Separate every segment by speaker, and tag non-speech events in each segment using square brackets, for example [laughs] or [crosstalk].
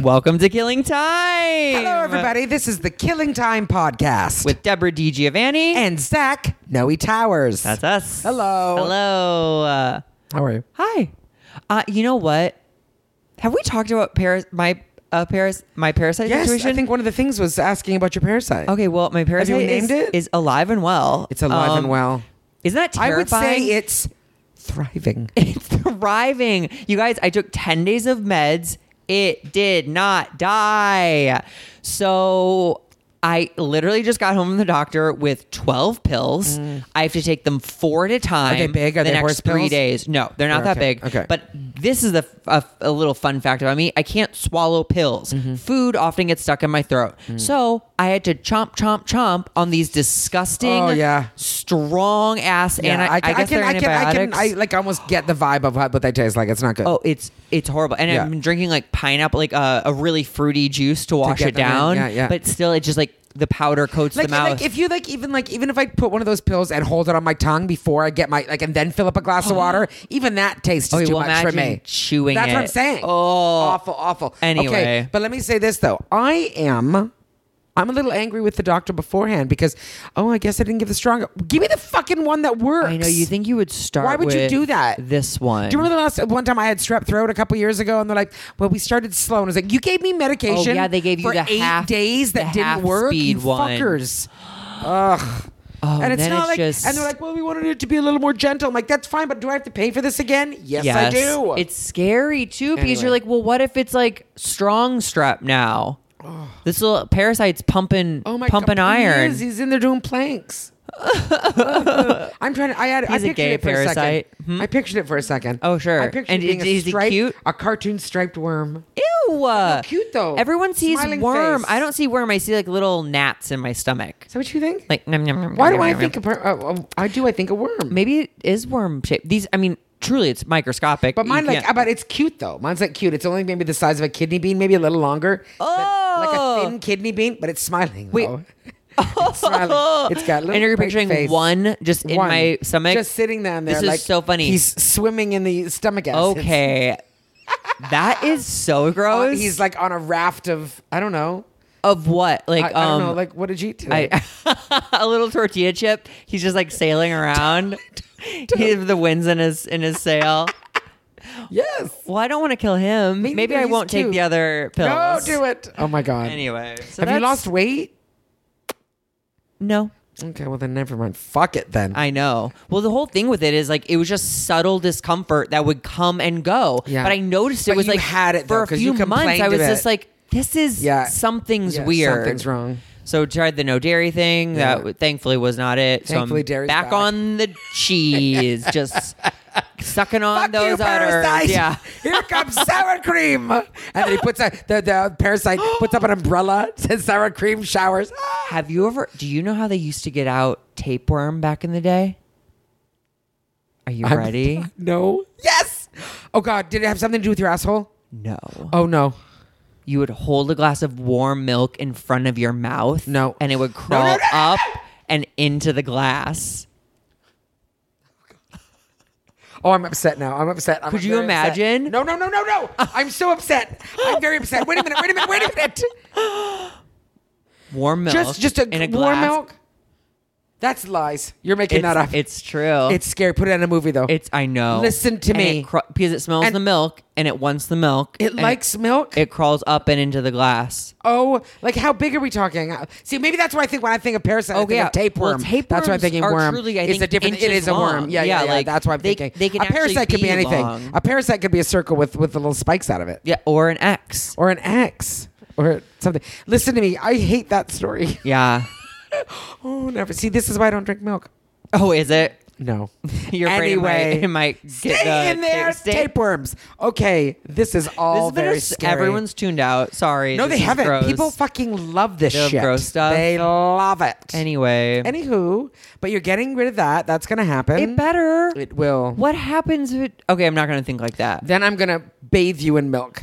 Speaker 1: Welcome to Killing Time.
Speaker 2: Hello, everybody. This is the Killing Time podcast
Speaker 1: With Deborah DiGiovanni.
Speaker 2: and Zach Noe Towers.
Speaker 1: That's us.
Speaker 2: Hello.
Speaker 1: Hello. Uh,
Speaker 2: How are you?
Speaker 1: hi. Uh, you know what? Have we talked about Paris? My uh, Paris. My parasite
Speaker 2: Yes,
Speaker 1: situation.
Speaker 2: I think one of the things was asking about your parasite.
Speaker 1: Okay. Well, my parasite
Speaker 2: you
Speaker 1: is,
Speaker 2: named it?
Speaker 1: is alive and well.
Speaker 2: It's alive
Speaker 1: Um,
Speaker 2: and well.
Speaker 1: Isn't that
Speaker 2: I would
Speaker 1: terrifying?
Speaker 2: say it's thriving.
Speaker 1: [laughs] It's thriving. You guys, I took 10 days of meds. It did not die. So I literally just got home from the doctor with 12 pills. I have to take them four at a time.
Speaker 2: they big? Mm. Are
Speaker 1: the
Speaker 2: they
Speaker 1: next
Speaker 2: horse
Speaker 1: three
Speaker 2: pills?
Speaker 1: days. No, they're not
Speaker 2: They're
Speaker 1: that
Speaker 2: okay.
Speaker 1: big.
Speaker 2: Okay.
Speaker 1: But this is a, a, a little fun fact about me. I can't swallow pills.
Speaker 2: Mm-hmm.
Speaker 1: Food often gets stuck in my throat.
Speaker 2: Mm.
Speaker 1: So I had to chomp, chomp, chomp on these disgusting,
Speaker 2: Oh, yeah.
Speaker 1: strong ass.
Speaker 2: Yeah,
Speaker 1: and I, I, guess they're
Speaker 2: I can,
Speaker 1: antibiotics.
Speaker 2: I like almost get the vibe of what, what they taste like. It's not good.
Speaker 1: Oh, it's it's horrible. And
Speaker 2: Yeah.
Speaker 1: I've been drinking like pineapple, like uh, a really fruity juice to wash
Speaker 2: get
Speaker 1: it
Speaker 2: them in.
Speaker 1: down.
Speaker 2: Yeah, yeah.
Speaker 1: But still, it's just like the powder coats
Speaker 2: like,
Speaker 1: the mouth.
Speaker 2: like if you like even like even if I put one of those pills and hold it on my tongue before I get my like and then fill up a
Speaker 1: [gasps]
Speaker 2: glass of water, even that tastes
Speaker 1: Okay,
Speaker 2: too
Speaker 1: well,
Speaker 2: much for
Speaker 1: Oh, imagine
Speaker 2: me.
Speaker 1: chewing
Speaker 2: That's what I'm
Speaker 1: it.
Speaker 2: saying.
Speaker 1: Oh.
Speaker 2: awful, awful.
Speaker 1: Anyway.
Speaker 2: okay, but let me say this though, I am. I'm a little angry with the doctor beforehand because, oh, I guess I didn't give the strong. Give me the fucking one that works.
Speaker 1: I know you think you would start.
Speaker 2: Why would you
Speaker 1: with
Speaker 2: do that?
Speaker 1: This one.
Speaker 2: Do you remember the last one time I had strep throat a couple years ago, and they're like, "Well, we started slow," and I was like, "You gave me medication.
Speaker 1: Oh, yeah, they gave you
Speaker 2: for
Speaker 1: the
Speaker 2: eight
Speaker 1: half-
Speaker 2: days
Speaker 1: the
Speaker 2: that didn't
Speaker 1: half
Speaker 2: work.
Speaker 1: speed
Speaker 2: you
Speaker 1: one.
Speaker 2: fuckers." Ugh.
Speaker 1: Oh,
Speaker 2: and it's
Speaker 1: then
Speaker 2: not
Speaker 1: it's
Speaker 2: like,
Speaker 1: just-
Speaker 2: and they're like, "Well, we wanted it to be a little more gentle." I'm like, "That's fine, but do I have to pay for this again?" Yes, I do.
Speaker 1: It's scary too because
Speaker 2: Anyway.
Speaker 1: you're like, well, what if it's like strong strep now? This little parasite's pumping,
Speaker 2: oh my
Speaker 1: pumping
Speaker 2: God,
Speaker 1: iron.
Speaker 2: He is. He's in there
Speaker 1: [laughs]
Speaker 2: doing planks. I'm trying to. I had.
Speaker 1: He's a
Speaker 2: I pictured
Speaker 1: gay
Speaker 2: it for
Speaker 1: parasite. Hmm?
Speaker 2: a second. I pictured it for a second.
Speaker 1: Oh, sure.
Speaker 2: I pictured
Speaker 1: And
Speaker 2: it being
Speaker 1: is- is
Speaker 2: a
Speaker 1: he
Speaker 2: striped,
Speaker 1: cute?
Speaker 2: a cartoon striped worm.
Speaker 1: Ew.
Speaker 2: cute, though.
Speaker 1: Everyone sees
Speaker 2: Smiling
Speaker 1: worm.
Speaker 2: face.
Speaker 1: I don't see worm. I see like little gnats in my stomach.
Speaker 2: Is that what
Speaker 1: [laughs]
Speaker 2: you think?
Speaker 1: Like, nom, nom, nom,
Speaker 2: Why
Speaker 1: nom,
Speaker 2: do
Speaker 1: nom,
Speaker 2: I
Speaker 1: nom.
Speaker 2: think a per- uh, uh, I do I think a worm?
Speaker 1: Maybe it is worm shaped. These, I mean, truly, it's microscopic.
Speaker 2: But
Speaker 1: You
Speaker 2: mine like
Speaker 1: can't-
Speaker 2: but it's cute though. Mine's like cute. It's only maybe the size of a kidney bean, maybe a little longer. than-
Speaker 1: Oh.
Speaker 2: like a thin kidney bean, but it's smiling.
Speaker 1: Wait. [laughs] Oh!
Speaker 2: though. [laughs] it's [laughs] smiling. It's got a little
Speaker 1: and you're
Speaker 2: bright
Speaker 1: picturing
Speaker 2: face.
Speaker 1: one just in
Speaker 2: One.
Speaker 1: my stomach.
Speaker 2: just sitting down there.
Speaker 1: This is
Speaker 2: like
Speaker 1: so funny.
Speaker 2: He's swimming in the stomach acid.
Speaker 1: okay, that is
Speaker 2: [laughs]
Speaker 1: so
Speaker 2: Uh,
Speaker 1: gross.
Speaker 2: he's like on a raft of I don't know.
Speaker 1: of what? Like,
Speaker 2: I,
Speaker 1: um,
Speaker 2: I don't know. Like what did you eat today?
Speaker 1: I, [laughs] a little tortilla chip. He's just like sailing
Speaker 2: [laughs]
Speaker 1: around. he, the wind's in his in his sail.
Speaker 2: [laughs] yes.
Speaker 1: Well, I don't want to kill him.
Speaker 2: Me
Speaker 1: Maybe
Speaker 2: neither.
Speaker 1: I
Speaker 2: He's
Speaker 1: won't take
Speaker 2: cute.
Speaker 1: the other pills.
Speaker 2: No, do it. Oh my god.
Speaker 1: Anyway, so
Speaker 2: Have you
Speaker 1: that's-
Speaker 2: lost weight?
Speaker 1: No.
Speaker 2: Okay, well then never mind. Fuck it then.
Speaker 1: I know. Well, the whole thing with it is like it was just subtle discomfort that would come and go.
Speaker 2: Yeah.
Speaker 1: But I noticed it
Speaker 2: But
Speaker 1: was
Speaker 2: you
Speaker 1: like
Speaker 2: had it,
Speaker 1: for
Speaker 2: though,
Speaker 1: a
Speaker 2: 'cause
Speaker 1: few
Speaker 2: you
Speaker 1: months.
Speaker 2: complained
Speaker 1: I was
Speaker 2: of
Speaker 1: just
Speaker 2: it.
Speaker 1: like, this is
Speaker 2: Yeah.
Speaker 1: something's
Speaker 2: Yeah,
Speaker 1: weird.
Speaker 2: Something's wrong.
Speaker 1: So tried the no dairy thing.
Speaker 2: Yeah.
Speaker 1: That That thankfully was not it. so
Speaker 2: Thankfully,
Speaker 1: I'm
Speaker 2: dairy's
Speaker 1: back,
Speaker 2: back.
Speaker 1: on the cheese,
Speaker 2: [laughs]
Speaker 1: just sucking on
Speaker 2: Fuck
Speaker 1: Um, those
Speaker 2: you,
Speaker 1: udders.
Speaker 2: parasite.
Speaker 1: Yeah.
Speaker 2: [laughs] Here comes sour cream. And then he puts a, the, the
Speaker 1: [gasps]
Speaker 2: parasite puts up an umbrella, says sour cream showers. Ah.
Speaker 1: Have you ever? Do you know how they used to get out tapeworm back in the day? Are you
Speaker 2: I'm- [laughs]
Speaker 1: ready?
Speaker 2: [gasps] No. Yes. Oh God, did it have something to do with your asshole?
Speaker 1: No.
Speaker 2: Oh no.
Speaker 1: you would hold a glass of warm milk in front of your mouth.
Speaker 2: No.
Speaker 1: And it would crawl
Speaker 2: no, no.
Speaker 1: up and into the glass.
Speaker 2: Oh, I'm upset now. I'm upset. I'm
Speaker 1: Could you
Speaker 2: very upset.
Speaker 1: imagine?
Speaker 2: No, no, no, no, no. I'm so upset. I'm very upset. Wait a minute. Wait a minute. Wait a
Speaker 1: [laughs]
Speaker 2: minute.
Speaker 1: Warm milk.
Speaker 2: Just, just a,
Speaker 1: in a
Speaker 2: warm
Speaker 1: glass.
Speaker 2: milk. That's lies. You're making
Speaker 1: It's,
Speaker 2: that up.
Speaker 1: it's true.
Speaker 2: It's scary. Put it in a movie though.
Speaker 1: it's I know.
Speaker 2: Listen to
Speaker 1: And
Speaker 2: me.
Speaker 1: it cra- because it smells
Speaker 2: And-
Speaker 1: the milk and it wants the milk.
Speaker 2: it
Speaker 1: and
Speaker 2: likes milk.
Speaker 1: it crawls up and into the glass.
Speaker 2: Oh, like how big are we talking? Uh, See, maybe that's why I think when I think of parasite, I think
Speaker 1: Oh, yeah.
Speaker 2: of tapeworm.
Speaker 1: Well,
Speaker 2: that's why I'm
Speaker 1: tapeworms
Speaker 2: thinking
Speaker 1: are
Speaker 2: worm.
Speaker 1: truly, I
Speaker 2: it's a
Speaker 1: think,
Speaker 2: different. It
Speaker 1: inches
Speaker 2: is a worm.
Speaker 1: long.
Speaker 2: Yeah, yeah,
Speaker 1: Yeah,
Speaker 2: yeah.
Speaker 1: like,
Speaker 2: that's why I'm
Speaker 1: they-
Speaker 2: thinking.
Speaker 1: they can
Speaker 2: a parasite
Speaker 1: actually
Speaker 2: could be
Speaker 1: be
Speaker 2: anything.
Speaker 1: long.
Speaker 2: A parasite could be a circle with with little spikes out of it,
Speaker 1: Yeah, or an X.
Speaker 2: or an X, or something. Listen to me. I hate that story. [laughs]
Speaker 1: Yeah.
Speaker 2: Oh, never. See, this is why I don't drink milk.
Speaker 1: Oh, is it? [laughs]
Speaker 2: No.
Speaker 1: Your
Speaker 2: Anyway,
Speaker 1: brain might, it might get
Speaker 2: Stay
Speaker 1: the-
Speaker 2: in there,
Speaker 1: stay-
Speaker 2: tapeworms. Okay, this is
Speaker 1: This
Speaker 2: all
Speaker 1: has been a
Speaker 2: very
Speaker 1: s-
Speaker 2: scary.
Speaker 1: Everyone's tuned out. Sorry.
Speaker 2: no,
Speaker 1: this
Speaker 2: they
Speaker 1: is
Speaker 2: haven't.
Speaker 1: gross.
Speaker 2: People fucking love this
Speaker 1: They love
Speaker 2: shit.
Speaker 1: gross stuff.
Speaker 2: They love it.
Speaker 1: Anyway.
Speaker 2: Anywho, but you're getting rid of that. That's gonna happen.
Speaker 1: It better.
Speaker 2: It will.
Speaker 1: What happens? If it, okay, I'm not gonna think like that.
Speaker 2: Then I'm gonna bathe you in milk.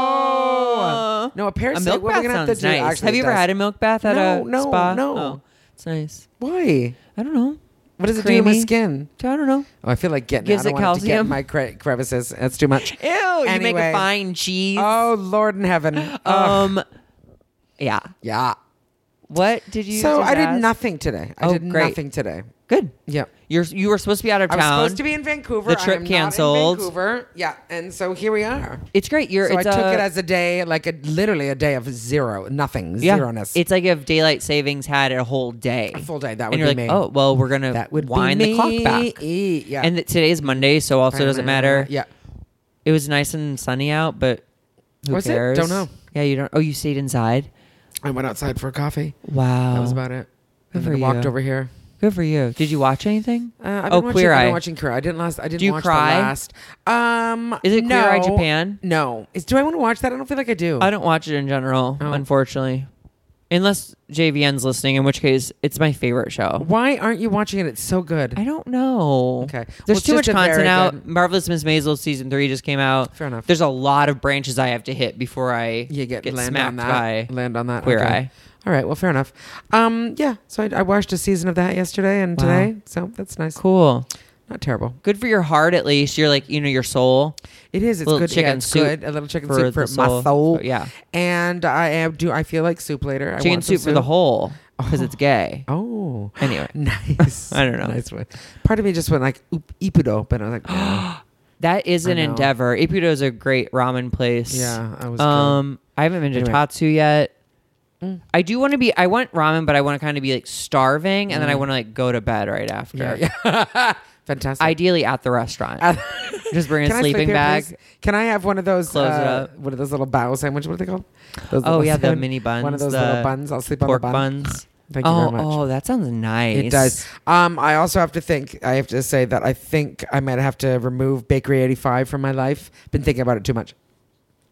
Speaker 1: Oh,
Speaker 2: No, a parasite.
Speaker 1: a milk
Speaker 2: what
Speaker 1: bath
Speaker 2: are we gonna
Speaker 1: sounds
Speaker 2: have to do?
Speaker 1: nice.
Speaker 2: Actually,
Speaker 1: have
Speaker 2: it
Speaker 1: you ever
Speaker 2: does.
Speaker 1: had a milk bath at
Speaker 2: No,
Speaker 1: a
Speaker 2: no,
Speaker 1: spa?
Speaker 2: no.
Speaker 1: Oh, it's nice.
Speaker 2: Why?
Speaker 1: I don't know.
Speaker 2: What does it do to my
Speaker 1: Creamy?
Speaker 2: skin?
Speaker 1: I don't know.
Speaker 2: Oh, I feel like getting.
Speaker 1: Gives
Speaker 2: I don't
Speaker 1: it
Speaker 2: want to get
Speaker 1: calcium.
Speaker 2: in my cre- crevices. That's
Speaker 1: [laughs]
Speaker 2: too much.
Speaker 1: Ew, you make
Speaker 2: Anyway.
Speaker 1: a fine cheese.
Speaker 2: Oh Lord in heaven. Ugh.
Speaker 1: um, yeah.
Speaker 2: yeah.
Speaker 1: What did you?
Speaker 2: So
Speaker 1: just
Speaker 2: I did
Speaker 1: ask?
Speaker 2: nothing today. I
Speaker 1: Oh,
Speaker 2: did
Speaker 1: great.
Speaker 2: nothing today.
Speaker 1: Good.
Speaker 2: Yeah.
Speaker 1: You're you were supposed to be out of
Speaker 2: I
Speaker 1: town.
Speaker 2: was supposed to be in Vancouver.
Speaker 1: The
Speaker 2: I
Speaker 1: trip
Speaker 2: am not in
Speaker 1: canceled.
Speaker 2: Vancouver. Yeah, and so here we are.
Speaker 1: It's great. You're.
Speaker 2: So I
Speaker 1: it's
Speaker 2: took
Speaker 1: a-
Speaker 2: it as a day, like a, literally a day of zero, nothing,
Speaker 1: yeah.
Speaker 2: zeroness.
Speaker 1: It's like if daylight savings had a whole day.
Speaker 2: a full day. That would
Speaker 1: And you're
Speaker 2: be
Speaker 1: like,
Speaker 2: me.
Speaker 1: oh well, we're gonna
Speaker 2: that would
Speaker 1: wind
Speaker 2: be
Speaker 1: the clock
Speaker 2: me.
Speaker 1: back.
Speaker 2: E- Yeah.
Speaker 1: And that today is Monday, so also doesn't matter.
Speaker 2: Yeah.
Speaker 1: It was nice and sunny out, but who
Speaker 2: Was it?
Speaker 1: cares?
Speaker 2: Don't know.
Speaker 1: Yeah, you don't. Oh, you stayed inside.
Speaker 2: I went outside for a coffee.
Speaker 1: Wow.
Speaker 2: That was about
Speaker 1: Oh.
Speaker 2: it.
Speaker 1: Good
Speaker 2: And
Speaker 1: for
Speaker 2: then I walked
Speaker 1: you.
Speaker 2: over here.
Speaker 1: Good for you. Did you watch anything?
Speaker 2: Uh, I've been
Speaker 1: oh,
Speaker 2: watching,
Speaker 1: Queer
Speaker 2: I've
Speaker 1: Eye.
Speaker 2: been watching Queer Eye. I didn't last. I didn't
Speaker 1: you
Speaker 2: watch
Speaker 1: cry?
Speaker 2: the last. Um,
Speaker 1: Is it Queer
Speaker 2: no,
Speaker 1: Eye Japan?
Speaker 2: No. Is, do I want to watch that? I don't feel like I do.
Speaker 1: I don't watch it in general,
Speaker 2: Oh.
Speaker 1: unfortunately. Unless JVN's listening, in which case it's my favorite show.
Speaker 2: Why aren't you watching it? It's so good.
Speaker 1: I don't know.
Speaker 2: Okay. Well,
Speaker 1: There's
Speaker 2: it's
Speaker 1: too much
Speaker 2: just a very
Speaker 1: content out.
Speaker 2: good-
Speaker 1: Marvelous Miss Maisel season three just came out.
Speaker 2: Fair enough.
Speaker 1: There's a lot of branches I have to hit before I
Speaker 2: you get, land
Speaker 1: smacked
Speaker 2: on that.
Speaker 1: by.
Speaker 2: Land on that.
Speaker 1: Queer
Speaker 2: okay.
Speaker 1: Eye.
Speaker 2: All right. Well, fair enough. Um, yeah. So I, I watched a season of that yesterday and
Speaker 1: Wow.
Speaker 2: today. So that's nice.
Speaker 1: Cool.
Speaker 2: Not terrible.
Speaker 1: Good for your heart, at least. You're like, you know, your soul.
Speaker 2: It is. It's
Speaker 1: Little
Speaker 2: good.
Speaker 1: chicken
Speaker 2: yeah, it's
Speaker 1: soup
Speaker 2: good. A little chicken
Speaker 1: for
Speaker 2: soup for
Speaker 1: the
Speaker 2: my
Speaker 1: soul.
Speaker 2: soul.
Speaker 1: Yeah.
Speaker 2: And I am do. I feel like soup later. I
Speaker 1: Chicken
Speaker 2: want some
Speaker 1: soup for the
Speaker 2: [laughs]
Speaker 1: whole because it's gay.
Speaker 2: Oh.
Speaker 1: Anyway.
Speaker 2: [laughs]
Speaker 1: [laughs]
Speaker 2: Nice.
Speaker 1: I don't know.
Speaker 2: Nice one. Part of me just went like oop ipudo, but I was
Speaker 1: [gasps]
Speaker 2: like, [gasps] yeah,
Speaker 1: That is
Speaker 2: I
Speaker 1: an
Speaker 2: know.
Speaker 1: endeavor. Ippudo is a great ramen place.
Speaker 2: Yeah, I was.
Speaker 1: Um, I haven't been to
Speaker 2: Anyway. Mm.
Speaker 1: Tatsu yet. I do want to be. I want ramen, but I want to kind of be like starving, and then I want to like go to bed right after.
Speaker 2: good. Mm. yeah, yeah. [laughs] fantastic.
Speaker 1: Ideally at the restaurant.
Speaker 2: [laughs]
Speaker 1: Just bring a
Speaker 2: Can I sleep
Speaker 1: sleeping
Speaker 2: here,
Speaker 1: bag.
Speaker 2: please? Can I have one of those?
Speaker 1: Close it
Speaker 2: uh,
Speaker 1: up.
Speaker 2: One of those little bao sandwich. What are they called? Those
Speaker 1: Oh,
Speaker 2: little
Speaker 1: yeah, the
Speaker 2: [laughs] sandwich-
Speaker 1: mini
Speaker 2: One
Speaker 1: buns,
Speaker 2: of those
Speaker 1: the
Speaker 2: little buns. I'll sleep on the
Speaker 1: Pork
Speaker 2: bun.
Speaker 1: buns.
Speaker 2: Thank you
Speaker 1: oh,
Speaker 2: very much.
Speaker 1: oh, that sounds nice.
Speaker 2: It does. Um, I also have to think. I have to say that I think I might have to remove Bakery 85 from my life. Been thinking about it too much.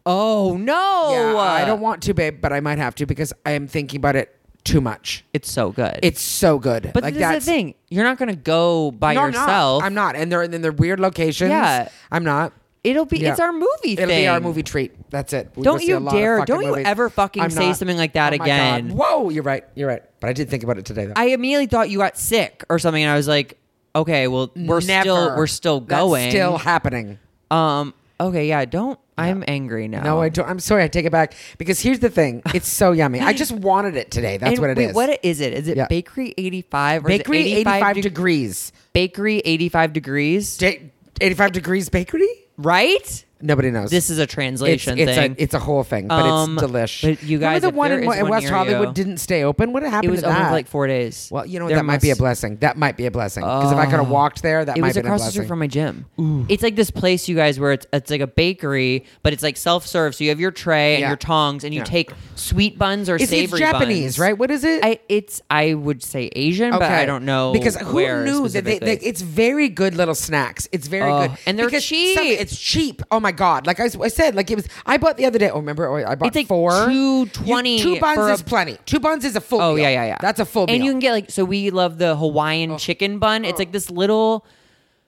Speaker 1: Oh no!
Speaker 2: yeah, I don't want to, babe, but I might have to because I am thinking about it too much.
Speaker 1: It's so good.
Speaker 2: It's so good.
Speaker 1: but
Speaker 2: like
Speaker 1: this is the thing. You're not gonna go by
Speaker 2: No, I'm not.
Speaker 1: yourself.
Speaker 2: I'm not. And they're in their weird locations.
Speaker 1: Yeah.
Speaker 2: I'm not.
Speaker 1: It'll be.
Speaker 2: Yeah.
Speaker 1: It's our movie.
Speaker 2: It'll
Speaker 1: thing.
Speaker 2: be our movie treat. That's it. We
Speaker 1: Don't
Speaker 2: will see a
Speaker 1: you
Speaker 2: lot of
Speaker 1: dare-
Speaker 2: fucking
Speaker 1: don't you
Speaker 2: movies.
Speaker 1: ever fucking say something like that
Speaker 2: Oh my God.
Speaker 1: again.
Speaker 2: Whoa, you're right. You're right. But I did think about it today though.
Speaker 1: I immediately thought you got sick or something, and I was like, okay, well, we're
Speaker 2: Never.
Speaker 1: still we're still
Speaker 2: That's
Speaker 1: going.
Speaker 2: still happening.
Speaker 1: Um. Okay. Yeah. Don't. I'm angry now.
Speaker 2: No, I don't. I'm sorry. I take it back because here's the thing. It's so yummy.
Speaker 1: [laughs]
Speaker 2: I just wanted it today. That's
Speaker 1: And
Speaker 2: what it is.
Speaker 1: wait, What is it? Is it
Speaker 2: Yeah.
Speaker 1: bakery eighty five?
Speaker 2: Bakery 85,
Speaker 1: 85 deg-
Speaker 2: degrees.
Speaker 1: bakery eighty five degrees.
Speaker 2: Da- 85 degrees bakery?
Speaker 1: right.
Speaker 2: Nobody knows.
Speaker 1: This is a translation
Speaker 2: it's, it's
Speaker 1: thing.
Speaker 2: A, it's a whole thing, but
Speaker 1: Um,
Speaker 2: it's delish.
Speaker 1: but you guys,
Speaker 2: remember
Speaker 1: if
Speaker 2: the one
Speaker 1: there
Speaker 2: in
Speaker 1: is
Speaker 2: Wa-
Speaker 1: one
Speaker 2: West
Speaker 1: near
Speaker 2: Hollywood
Speaker 1: you-
Speaker 2: didn't stay open. What happened
Speaker 1: it was
Speaker 2: to
Speaker 1: open
Speaker 2: that?
Speaker 1: for like four days.
Speaker 2: well, you know what?
Speaker 1: There
Speaker 2: that might be a
Speaker 1: must- Oh.
Speaker 2: blessing. That might be a blessing because if I could have walked there, that
Speaker 1: It
Speaker 2: might
Speaker 1: was
Speaker 2: have been a
Speaker 1: across the street
Speaker 2: blessing.
Speaker 1: from my gym. It's like this place, you guys, where it's it's like a bakery, but it's like self serve. So you have your tray and
Speaker 2: Yeah.
Speaker 1: your tongs, and you
Speaker 2: Yeah.
Speaker 1: take sweet buns or
Speaker 2: It's, it's
Speaker 1: savory
Speaker 2: Japanese,
Speaker 1: buns.
Speaker 2: right? What is it?
Speaker 1: I it's I would say Asian, but I don't know
Speaker 2: because who
Speaker 1: where
Speaker 2: knew that they, they,
Speaker 1: specifically.
Speaker 2: it's very good little snacks. It's very
Speaker 1: Oh,
Speaker 2: good
Speaker 1: and they're
Speaker 2: Because
Speaker 1: cheap.
Speaker 2: it's cheap. Oh my god! Like I, s- I said, like it was. I bought the other day. Oh, remember? oh, I bought
Speaker 1: It's like
Speaker 2: four.
Speaker 1: $2.20
Speaker 2: You- Two buns
Speaker 1: for a-
Speaker 2: is plenty. Two buns is a full.
Speaker 1: oh
Speaker 2: meal.
Speaker 1: yeah yeah yeah
Speaker 2: That's a full.
Speaker 1: and
Speaker 2: meal. Oh.
Speaker 1: you can get like so we love the Hawaiian chicken bun. It's like this little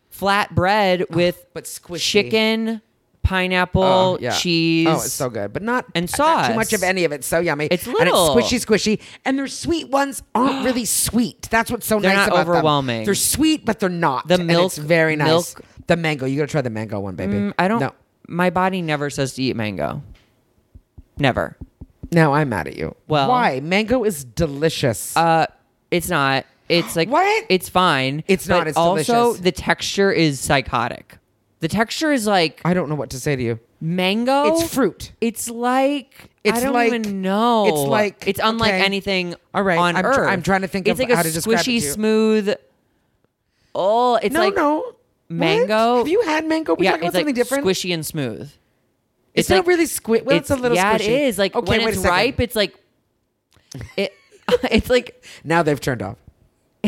Speaker 1: flat bread with
Speaker 2: Oh, but squishy.
Speaker 1: chicken, pineapple,
Speaker 2: Oh, yeah.
Speaker 1: cheese.
Speaker 2: Oh, it's so good, but not
Speaker 1: And
Speaker 2: not too much
Speaker 1: sauce.
Speaker 2: of any of it. So yummy.
Speaker 1: It's little.
Speaker 2: and it's squishy, squishy. And their sweet ones
Speaker 1: [gasps]
Speaker 2: aren't really sweet. That's what's so
Speaker 1: They're
Speaker 2: nice
Speaker 1: not
Speaker 2: about them.
Speaker 1: overwhelming.
Speaker 2: They're sweet, but they're not.
Speaker 1: The
Speaker 2: and
Speaker 1: milk-
Speaker 2: it's very nice.
Speaker 1: milk-
Speaker 2: The mango. You gotta try the mango one, baby.
Speaker 1: Mm, I don't.
Speaker 2: No,
Speaker 1: My body never says to eat mango. Never.
Speaker 2: now I'm mad at you.
Speaker 1: Well-
Speaker 2: why? Mango is delicious.
Speaker 1: Uh, it's not. It's like
Speaker 2: What?
Speaker 1: It's fine.
Speaker 2: It's
Speaker 1: But
Speaker 2: not, it's
Speaker 1: also
Speaker 2: delicious.
Speaker 1: the texture is psychotic. The texture is like
Speaker 2: I don't know what to say to you.
Speaker 1: mango.
Speaker 2: It's fruit.
Speaker 1: It's like I
Speaker 2: It's
Speaker 1: don't
Speaker 2: like-
Speaker 1: even know.
Speaker 2: it's like-
Speaker 1: it's unlike
Speaker 2: okay.
Speaker 1: anything.
Speaker 2: All right,
Speaker 1: on
Speaker 2: I'm tr-
Speaker 1: earth.
Speaker 2: I'm trying to think
Speaker 1: it's
Speaker 2: of
Speaker 1: like a
Speaker 2: how to describe it
Speaker 1: squishy,
Speaker 2: to you.
Speaker 1: smooth. Oh, it's
Speaker 2: no,
Speaker 1: like
Speaker 2: no. What?
Speaker 1: mango-
Speaker 2: Have you had mango? We're
Speaker 1: yeah,
Speaker 2: talking
Speaker 1: it's
Speaker 2: about
Speaker 1: like
Speaker 2: something different.
Speaker 1: squishy and smooth.
Speaker 2: It's,
Speaker 1: it's
Speaker 2: not
Speaker 1: like-
Speaker 2: really squid. Well, it's, a little.
Speaker 1: yeah,
Speaker 2: squishy.
Speaker 1: it is. Like
Speaker 2: okay,
Speaker 1: when
Speaker 2: wait a
Speaker 1: it's
Speaker 2: second.
Speaker 1: ripe, it's like it. [laughs] it's like
Speaker 2: Now they've turned off. [laughs]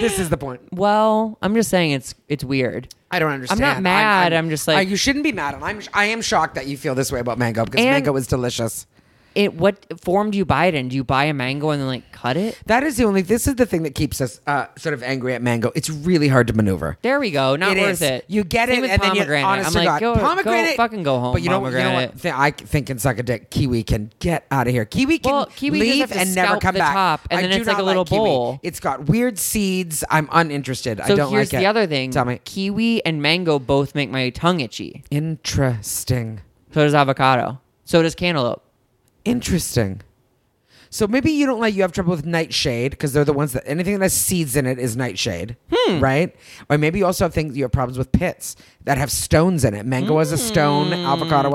Speaker 2: this is the point.
Speaker 1: well, I'm just saying it's it's weird.
Speaker 2: I don't understand.
Speaker 1: mad. I'm just like-
Speaker 2: uh, you shouldn't be mad. And I'm I am shocked that you feel this way about mango because
Speaker 1: And-
Speaker 2: mango is delicious.
Speaker 1: it, what form do you buy it in? Do you buy a mango and then like cut it?
Speaker 2: That is the only. This is the thing that keeps us uh, sort of angry at mango. It's really hard to maneuver.
Speaker 1: There we go. Not
Speaker 2: It
Speaker 1: worth
Speaker 2: is.
Speaker 1: it.
Speaker 2: You get
Speaker 1: Same
Speaker 2: it,
Speaker 1: with
Speaker 2: and then you,
Speaker 1: pomegranate.
Speaker 2: honest
Speaker 1: I'm
Speaker 2: to
Speaker 1: like,
Speaker 2: God,
Speaker 1: go,
Speaker 2: pomegranate.
Speaker 1: go fucking go home.
Speaker 2: But you know, you know
Speaker 1: pomegranate.
Speaker 2: what? Th- I think and suck a dick. Kiwi can get out of here. Kiwi can
Speaker 1: Well, kiwi, you just
Speaker 2: leave
Speaker 1: have to
Speaker 2: and never
Speaker 1: scalp
Speaker 2: come
Speaker 1: the
Speaker 2: back.
Speaker 1: top, and
Speaker 2: I
Speaker 1: then
Speaker 2: do
Speaker 1: it's like
Speaker 2: not
Speaker 1: a little
Speaker 2: kiwi.
Speaker 1: bowl.
Speaker 2: It's got weird seeds. I'm uninterested.
Speaker 1: so
Speaker 2: I don't
Speaker 1: here's
Speaker 2: like it.
Speaker 1: the other thing.
Speaker 2: Tell me.
Speaker 1: Kiwi and mango both make my tongue itchy.
Speaker 2: Interesting.
Speaker 1: So does avocado. So does cantaloupe.
Speaker 2: Interesting. So maybe you don't like you have trouble with nightshade because they're the ones that anything that has seeds in it is nightshade,
Speaker 1: Hmm.
Speaker 2: right? Or maybe you also have things you have problems with pits that have stones in it. Mango has a stone,
Speaker 1: Hmm.
Speaker 2: avocado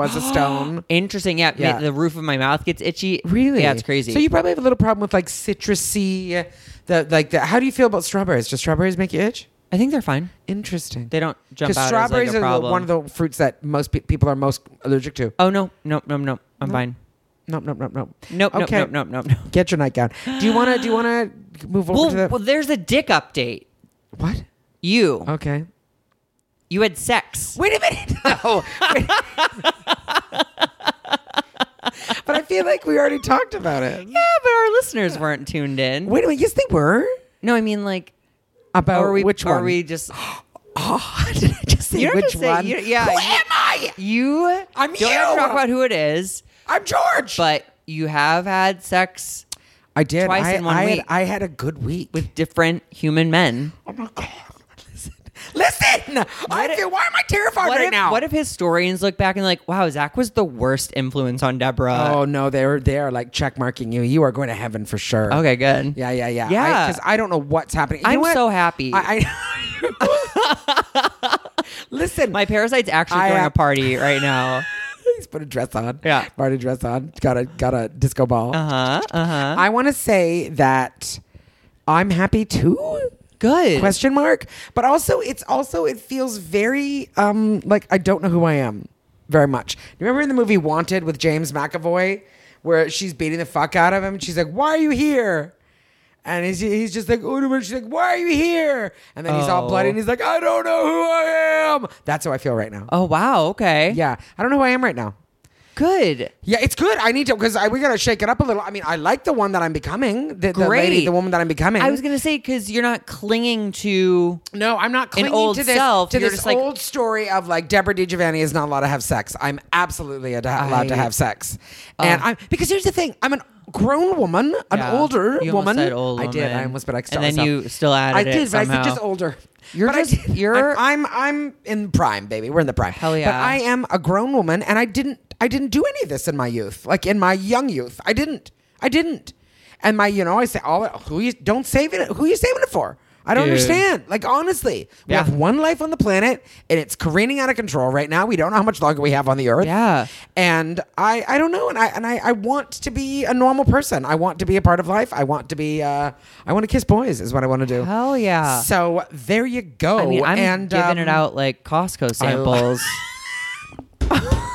Speaker 1: [gasps]
Speaker 2: has a stone.
Speaker 1: Interesting. Yeah,
Speaker 2: Yeah.
Speaker 1: ma- the roof of my mouth gets itchy.
Speaker 2: Really?
Speaker 1: Yeah, it's crazy.
Speaker 2: So you probably have a little problem with like citrusy, the like the. How do you feel about strawberries? Do strawberries make you itch?
Speaker 1: I think they're fine.
Speaker 2: Interesting.
Speaker 1: They don't jump
Speaker 2: Because
Speaker 1: out
Speaker 2: strawberries
Speaker 1: as like a
Speaker 2: are
Speaker 1: problem.
Speaker 2: the- one of the fruits that most pe- people are most allergic to.
Speaker 1: oh no, no, no, no. I'm fine.
Speaker 2: Nope, nope, nope, nope.
Speaker 1: Nope, nope,
Speaker 2: Okay.
Speaker 1: nope, nope, nope, nope.
Speaker 2: Get your nightgown. Do you wanna? Do you wanna move over
Speaker 1: Well,
Speaker 2: to the
Speaker 1: well, there's a dick update.
Speaker 2: what?
Speaker 1: You,
Speaker 2: Okay.
Speaker 1: you had sex.
Speaker 2: Wait
Speaker 1: [laughs]
Speaker 2: a minute. [laughs] No. Wait. but I feel like we already talked about it.
Speaker 1: Yeah, but our listeners weren't tuned in.
Speaker 2: Wait a minute. Yes, they were.
Speaker 1: No, I mean like,
Speaker 2: About
Speaker 1: are we?
Speaker 2: oh, which
Speaker 1: are
Speaker 2: one?
Speaker 1: we just?
Speaker 2: [laughs] oh, did I just say
Speaker 1: You don't have
Speaker 2: which
Speaker 1: to say-
Speaker 2: one?
Speaker 1: you- yeah,
Speaker 2: Who
Speaker 1: you-
Speaker 2: am I?
Speaker 1: You.
Speaker 2: [gasps] I'm
Speaker 1: don't have to
Speaker 2: you!
Speaker 1: talk about who it is,
Speaker 2: I'm George.
Speaker 1: but you have had sex
Speaker 2: I did.
Speaker 1: twice
Speaker 2: I,
Speaker 1: in one
Speaker 2: I
Speaker 1: week.
Speaker 2: Had, I had a good week.
Speaker 1: with different human men.
Speaker 2: oh my god. [laughs] Listen. Listen. I
Speaker 1: if-
Speaker 2: feel. Why am I terrified
Speaker 1: What
Speaker 2: right
Speaker 1: if,
Speaker 2: now?
Speaker 1: what if historians look back and like, wow, Zach was the worst influence on Deborah?
Speaker 2: Oh no, they're they are like check marking you. You are going to heaven for sure.
Speaker 1: okay, good.
Speaker 2: Yeah, yeah, yeah.
Speaker 1: Yeah.
Speaker 2: Because I, don't know what's happening. You know
Speaker 1: I'm
Speaker 2: what?
Speaker 1: so happy.
Speaker 2: I, I- [laughs] listen.
Speaker 1: My parasite's actually
Speaker 2: I
Speaker 1: throwing
Speaker 2: am-
Speaker 1: a party right now.
Speaker 2: [laughs] He's put a dress on.
Speaker 1: Yeah.
Speaker 2: Bought a dress on. Got a got a disco ball.
Speaker 1: Uh huh. Uh huh.
Speaker 2: I want to say that I'm happy too.
Speaker 1: Good.
Speaker 2: Question mark. But also, it's also it feels very um like I don't know who I am very much. You remember in the movie Wanted with James McAvoy, where she's beating the fuck out of him, and she's like, "Why are you here?" And he's, he's just like, "Oh," no," she's like, "Why are you here?" And then he's all
Speaker 1: Oh.
Speaker 2: bloody, and he's like, "I don't know who I am." That's how I feel right now.
Speaker 1: Oh wow. Okay.
Speaker 2: Yeah, I don't know who I am right now.
Speaker 1: Good.
Speaker 2: Yeah, it's good. I need to because we gotta shake it up a little. I mean, I like the one that I'm becoming, the, the lady,
Speaker 1: Great.
Speaker 2: the woman that I'm becoming.
Speaker 1: I was gonna say because you're not clinging to.
Speaker 2: no, I'm not clinging
Speaker 1: old
Speaker 2: to this
Speaker 1: self,
Speaker 2: to
Speaker 1: you're
Speaker 2: this
Speaker 1: just like-
Speaker 2: old story of like Deborah DiGiovanni is not allowed to have sex. I'm absolutely ad- allowed to
Speaker 1: I- Oh.
Speaker 2: have sex, and I'm because here's the thing: I'm an grown woman, an
Speaker 1: Yeah.
Speaker 2: older
Speaker 1: You almost
Speaker 2: woman.
Speaker 1: said old
Speaker 2: I did. I
Speaker 1: woman.
Speaker 2: almost, but I stopped
Speaker 1: And then
Speaker 2: myself.
Speaker 1: you still added
Speaker 2: I
Speaker 1: it
Speaker 2: did, but I
Speaker 1: somehow.
Speaker 2: said just older.
Speaker 1: You're
Speaker 2: But I
Speaker 1: just-
Speaker 2: did- I'm-
Speaker 1: you're-
Speaker 2: I'm I'm in prime, baby. We're in the prime.
Speaker 1: Hell
Speaker 2: But
Speaker 1: yeah.
Speaker 2: I am a grown woman, and I didn't I didn't do any of this in my youth, like in my young youth. I didn't. I didn't. And my, you know, I say all who you don't save it. Who you saving it for? I don't
Speaker 1: Dude.
Speaker 2: understand. Like honestly, we
Speaker 1: Yeah.
Speaker 2: have one life on the planet, and it's careening out of control right now. We don't know how much longer we have on the earth.
Speaker 1: Yeah.
Speaker 2: And I, I don't know. And I, and I, I want to be a normal person. I want to be a part of life. I want to be. Uh, I want to kiss boys. Is what I want to do.
Speaker 1: Hell yeah.
Speaker 2: So there you go.
Speaker 1: I mean, I'm
Speaker 2: and,
Speaker 1: giving
Speaker 2: um,
Speaker 1: it out like Costco
Speaker 2: I lo-
Speaker 1: samples.
Speaker 2: [laughs]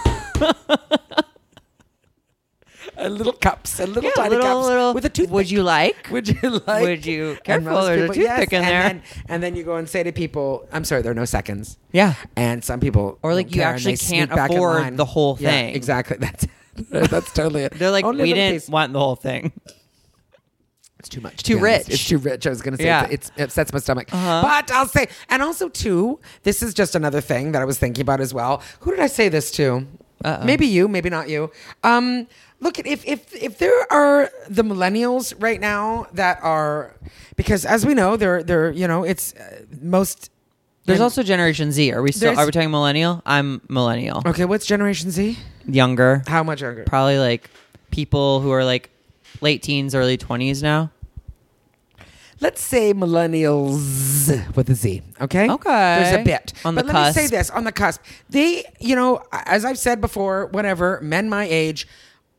Speaker 2: uh, little cups, and little
Speaker 1: Yeah,
Speaker 2: tiny cups with a toothpick.
Speaker 1: Would you like?
Speaker 2: [laughs] Would you like?
Speaker 1: Would you-
Speaker 2: And
Speaker 1: careful,
Speaker 2: most
Speaker 1: there's a toothpick in
Speaker 2: and
Speaker 1: there.
Speaker 2: Then, and then you go and say to people, "I'm sorry, there are no seconds."
Speaker 1: Yeah.
Speaker 2: And some people,
Speaker 1: Or, like,
Speaker 2: don't
Speaker 1: you
Speaker 2: care, and
Speaker 1: actually
Speaker 2: they
Speaker 1: can't
Speaker 2: sneak back in
Speaker 1: afford
Speaker 2: line.
Speaker 1: the whole
Speaker 2: Yeah,
Speaker 1: thing.
Speaker 2: exactly. [laughs] That's that's totally it.
Speaker 1: [laughs] They're like,
Speaker 2: Only a
Speaker 1: we
Speaker 2: little
Speaker 1: didn't
Speaker 2: piece."
Speaker 1: want the whole thing.
Speaker 2: It's too much. to
Speaker 1: Too
Speaker 2: be honest.
Speaker 1: rich.
Speaker 2: It's too rich. I was going to say
Speaker 1: Yeah. Uh-huh.
Speaker 2: it's, it upsets my stomach. But I'll say, and also too, this is just another thing that I was thinking about as well. Who did I say this to? Maybe you, maybe not you. Um, look, if if if there are the millennials right now that are, because as we know, they're they're you know it's uh, most.
Speaker 1: There's
Speaker 2: and-
Speaker 1: also Generation Z. Are we still?
Speaker 2: There's- Uh,
Speaker 1: Are we talking millennial? I'm millennial.
Speaker 2: okay. What's Generation Z?
Speaker 1: Younger.
Speaker 2: How much younger?
Speaker 1: Probably like people who are like late teens, early 20s now.
Speaker 2: let's say millennials with a Z. Okay.
Speaker 1: Okay.
Speaker 2: There's a bit.
Speaker 1: On the
Speaker 2: but let me say
Speaker 1: cusp.
Speaker 2: this on the cusp. They, you know, as I've said before, whatever, men my age,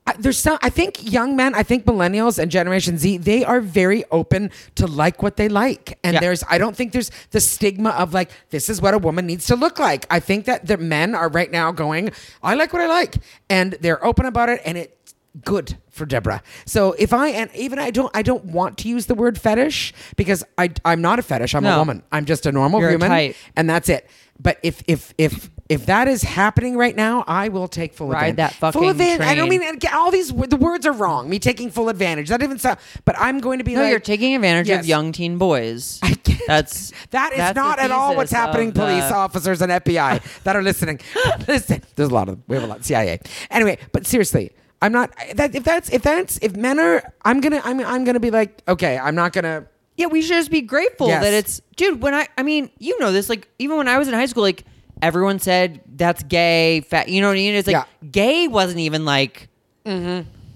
Speaker 2: I, there's some, I think young men, I think millennials and Generation Z, they are very open to like what they like. And
Speaker 1: Yeah.
Speaker 2: there's, I don't think there's the stigma of like, this is what a woman needs to look like. I think that the men are right now going, I like what I like. And they're open about it. And it, good for Deborah. So if I and even I don't I don't want to use the word fetish because I I'm not a fetish. I'm a
Speaker 1: No.
Speaker 2: woman. I'm just a normal
Speaker 1: You're a
Speaker 2: human,
Speaker 1: type.
Speaker 2: and that's it. But if if if If that is happening right now, I will take full
Speaker 1: Ride
Speaker 2: advantage.
Speaker 1: that fucking
Speaker 2: full advantage. I don't
Speaker 1: train.
Speaker 2: mean and again, all these. wo- The words are wrong. Me taking full advantage. That even sound. But I'm going to be
Speaker 1: No,
Speaker 2: like
Speaker 1: you're taking advantage
Speaker 2: Yes.
Speaker 1: of young teen boys.
Speaker 2: I can't-
Speaker 1: That's
Speaker 2: [laughs] That is
Speaker 1: that's the
Speaker 2: not at all what's
Speaker 1: thesis of
Speaker 2: happening, police
Speaker 1: the-
Speaker 2: officers and FBI that are listening. [laughs] Listen, there's a lot of we have a lot CIA. Anyway, but seriously, I'm not. That if that's if that's if men are, I'm gonna I'm I'm gonna be like, okay, I'm not gonna.
Speaker 1: Yeah, we should just be grateful
Speaker 2: Yes.
Speaker 1: that it's dude, when I I mean, you know this, like even when I was in high school, like everyone said that's gay, fat you know what I mean? It's like
Speaker 2: Yeah.
Speaker 1: gay wasn't even like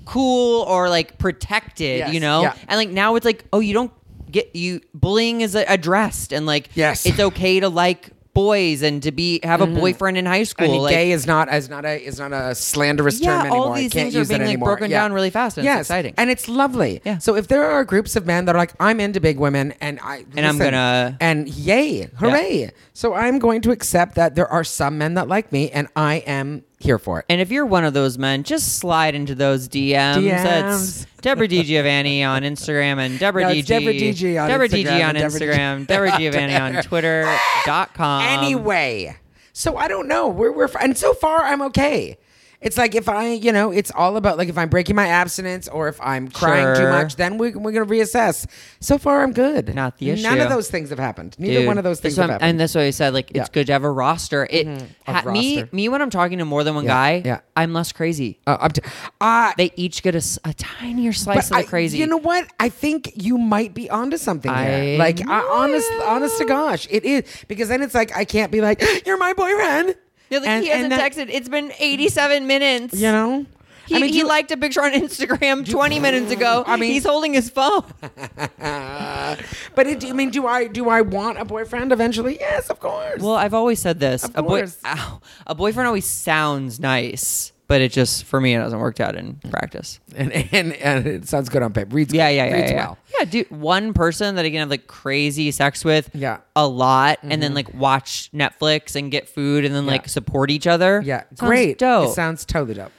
Speaker 1: cool or like protected,
Speaker 2: Yes,
Speaker 1: you know?
Speaker 2: yeah.
Speaker 1: And like now it's like, oh, you don't get you bullying is uh, addressed and like
Speaker 2: Yes.
Speaker 1: it's okay to like boys and to be have a boyfriend in high school.
Speaker 2: and
Speaker 1: like,
Speaker 2: gay is not as not a is not a slanderous
Speaker 1: Yeah,
Speaker 2: term
Speaker 1: all
Speaker 2: anymore.
Speaker 1: these
Speaker 2: I can't
Speaker 1: things are
Speaker 2: use
Speaker 1: being,
Speaker 2: it
Speaker 1: like,
Speaker 2: anymore.
Speaker 1: broken down really fast and it's
Speaker 2: yes.
Speaker 1: exciting.
Speaker 2: and it's lovely.
Speaker 1: Yeah.
Speaker 2: So if there are groups of men that are like, I'm into big women, and I
Speaker 1: And I'm
Speaker 2: listen,
Speaker 1: gonna-
Speaker 2: and yay, hooray! So I'm going to accept that there are some men that like me, and I am here for it.
Speaker 1: And if you're one of those men, just slide into those DMs. That's
Speaker 2: DMs.
Speaker 1: Deborah D. Giovanni on Instagram and Deborah
Speaker 2: No,
Speaker 1: D.
Speaker 2: it's Deborah DG on
Speaker 1: Deborah DG
Speaker 2: Instagram
Speaker 1: on
Speaker 2: and Deborah D-
Speaker 1: Instagram. Deborah
Speaker 2: [laughs]
Speaker 1: Giovanni on Twitter.com.
Speaker 2: anyway. So I don't know. We're we're and so far I'm okay. It's like if I, you know, it's all about like if I'm breaking my abstinence or if I'm crying too
Speaker 1: Sure.
Speaker 2: much, then we, we're going to reassess. So far, I'm good.
Speaker 1: Not the
Speaker 2: None
Speaker 1: issue.
Speaker 2: of those things have happened. Neither one of those things
Speaker 1: so
Speaker 2: have
Speaker 1: I'm-
Speaker 2: happened.
Speaker 1: And that's why I said, like, it's
Speaker 2: Yeah. Mm-hmm.
Speaker 1: good to have a roster. It
Speaker 2: A
Speaker 1: ha- me
Speaker 2: roster.
Speaker 1: me when I'm talking to more than one guy.
Speaker 2: yeah.
Speaker 1: I'm less crazy.
Speaker 2: Uh, I'm t- uh,
Speaker 1: They each get a, s- a tinier slice
Speaker 2: but
Speaker 1: of the crazy.
Speaker 2: I, you know what? I think you might be onto something
Speaker 1: I
Speaker 2: here. Like, I, honest,
Speaker 1: know.
Speaker 2: honest to gosh, it is because then it's like I can't be like you're my boyfriend.
Speaker 1: They're like,
Speaker 2: And-
Speaker 1: he hasn't
Speaker 2: and that-
Speaker 1: texted. It's been 87 minutes.
Speaker 2: You know,
Speaker 1: He, he
Speaker 2: you-
Speaker 1: liked a picture on Instagram 20 minutes ago. I mean, he's holding his phone.
Speaker 2: [laughs] But it, I mean, do I do I want a boyfriend eventually? Yes, of course.
Speaker 1: Well, I've always said this. a boy,
Speaker 2: course.
Speaker 1: [laughs] ow, a boyfriend always sounds nice, but it just for me it hasn't worked out in practice.
Speaker 2: and, and and it sounds good on paper. Reads
Speaker 1: Yeah,
Speaker 2: good.
Speaker 1: yeah, yeah,
Speaker 2: Reads
Speaker 1: yeah. yeah.
Speaker 2: well.
Speaker 1: Yeah, dude, one person that I can have like crazy sex with,
Speaker 2: Yeah.
Speaker 1: a lot, and then like watch Netflix and get food, and then like support each other.
Speaker 2: Yeah,
Speaker 1: Sounds
Speaker 2: great.
Speaker 1: dope.
Speaker 2: It sounds totally dope.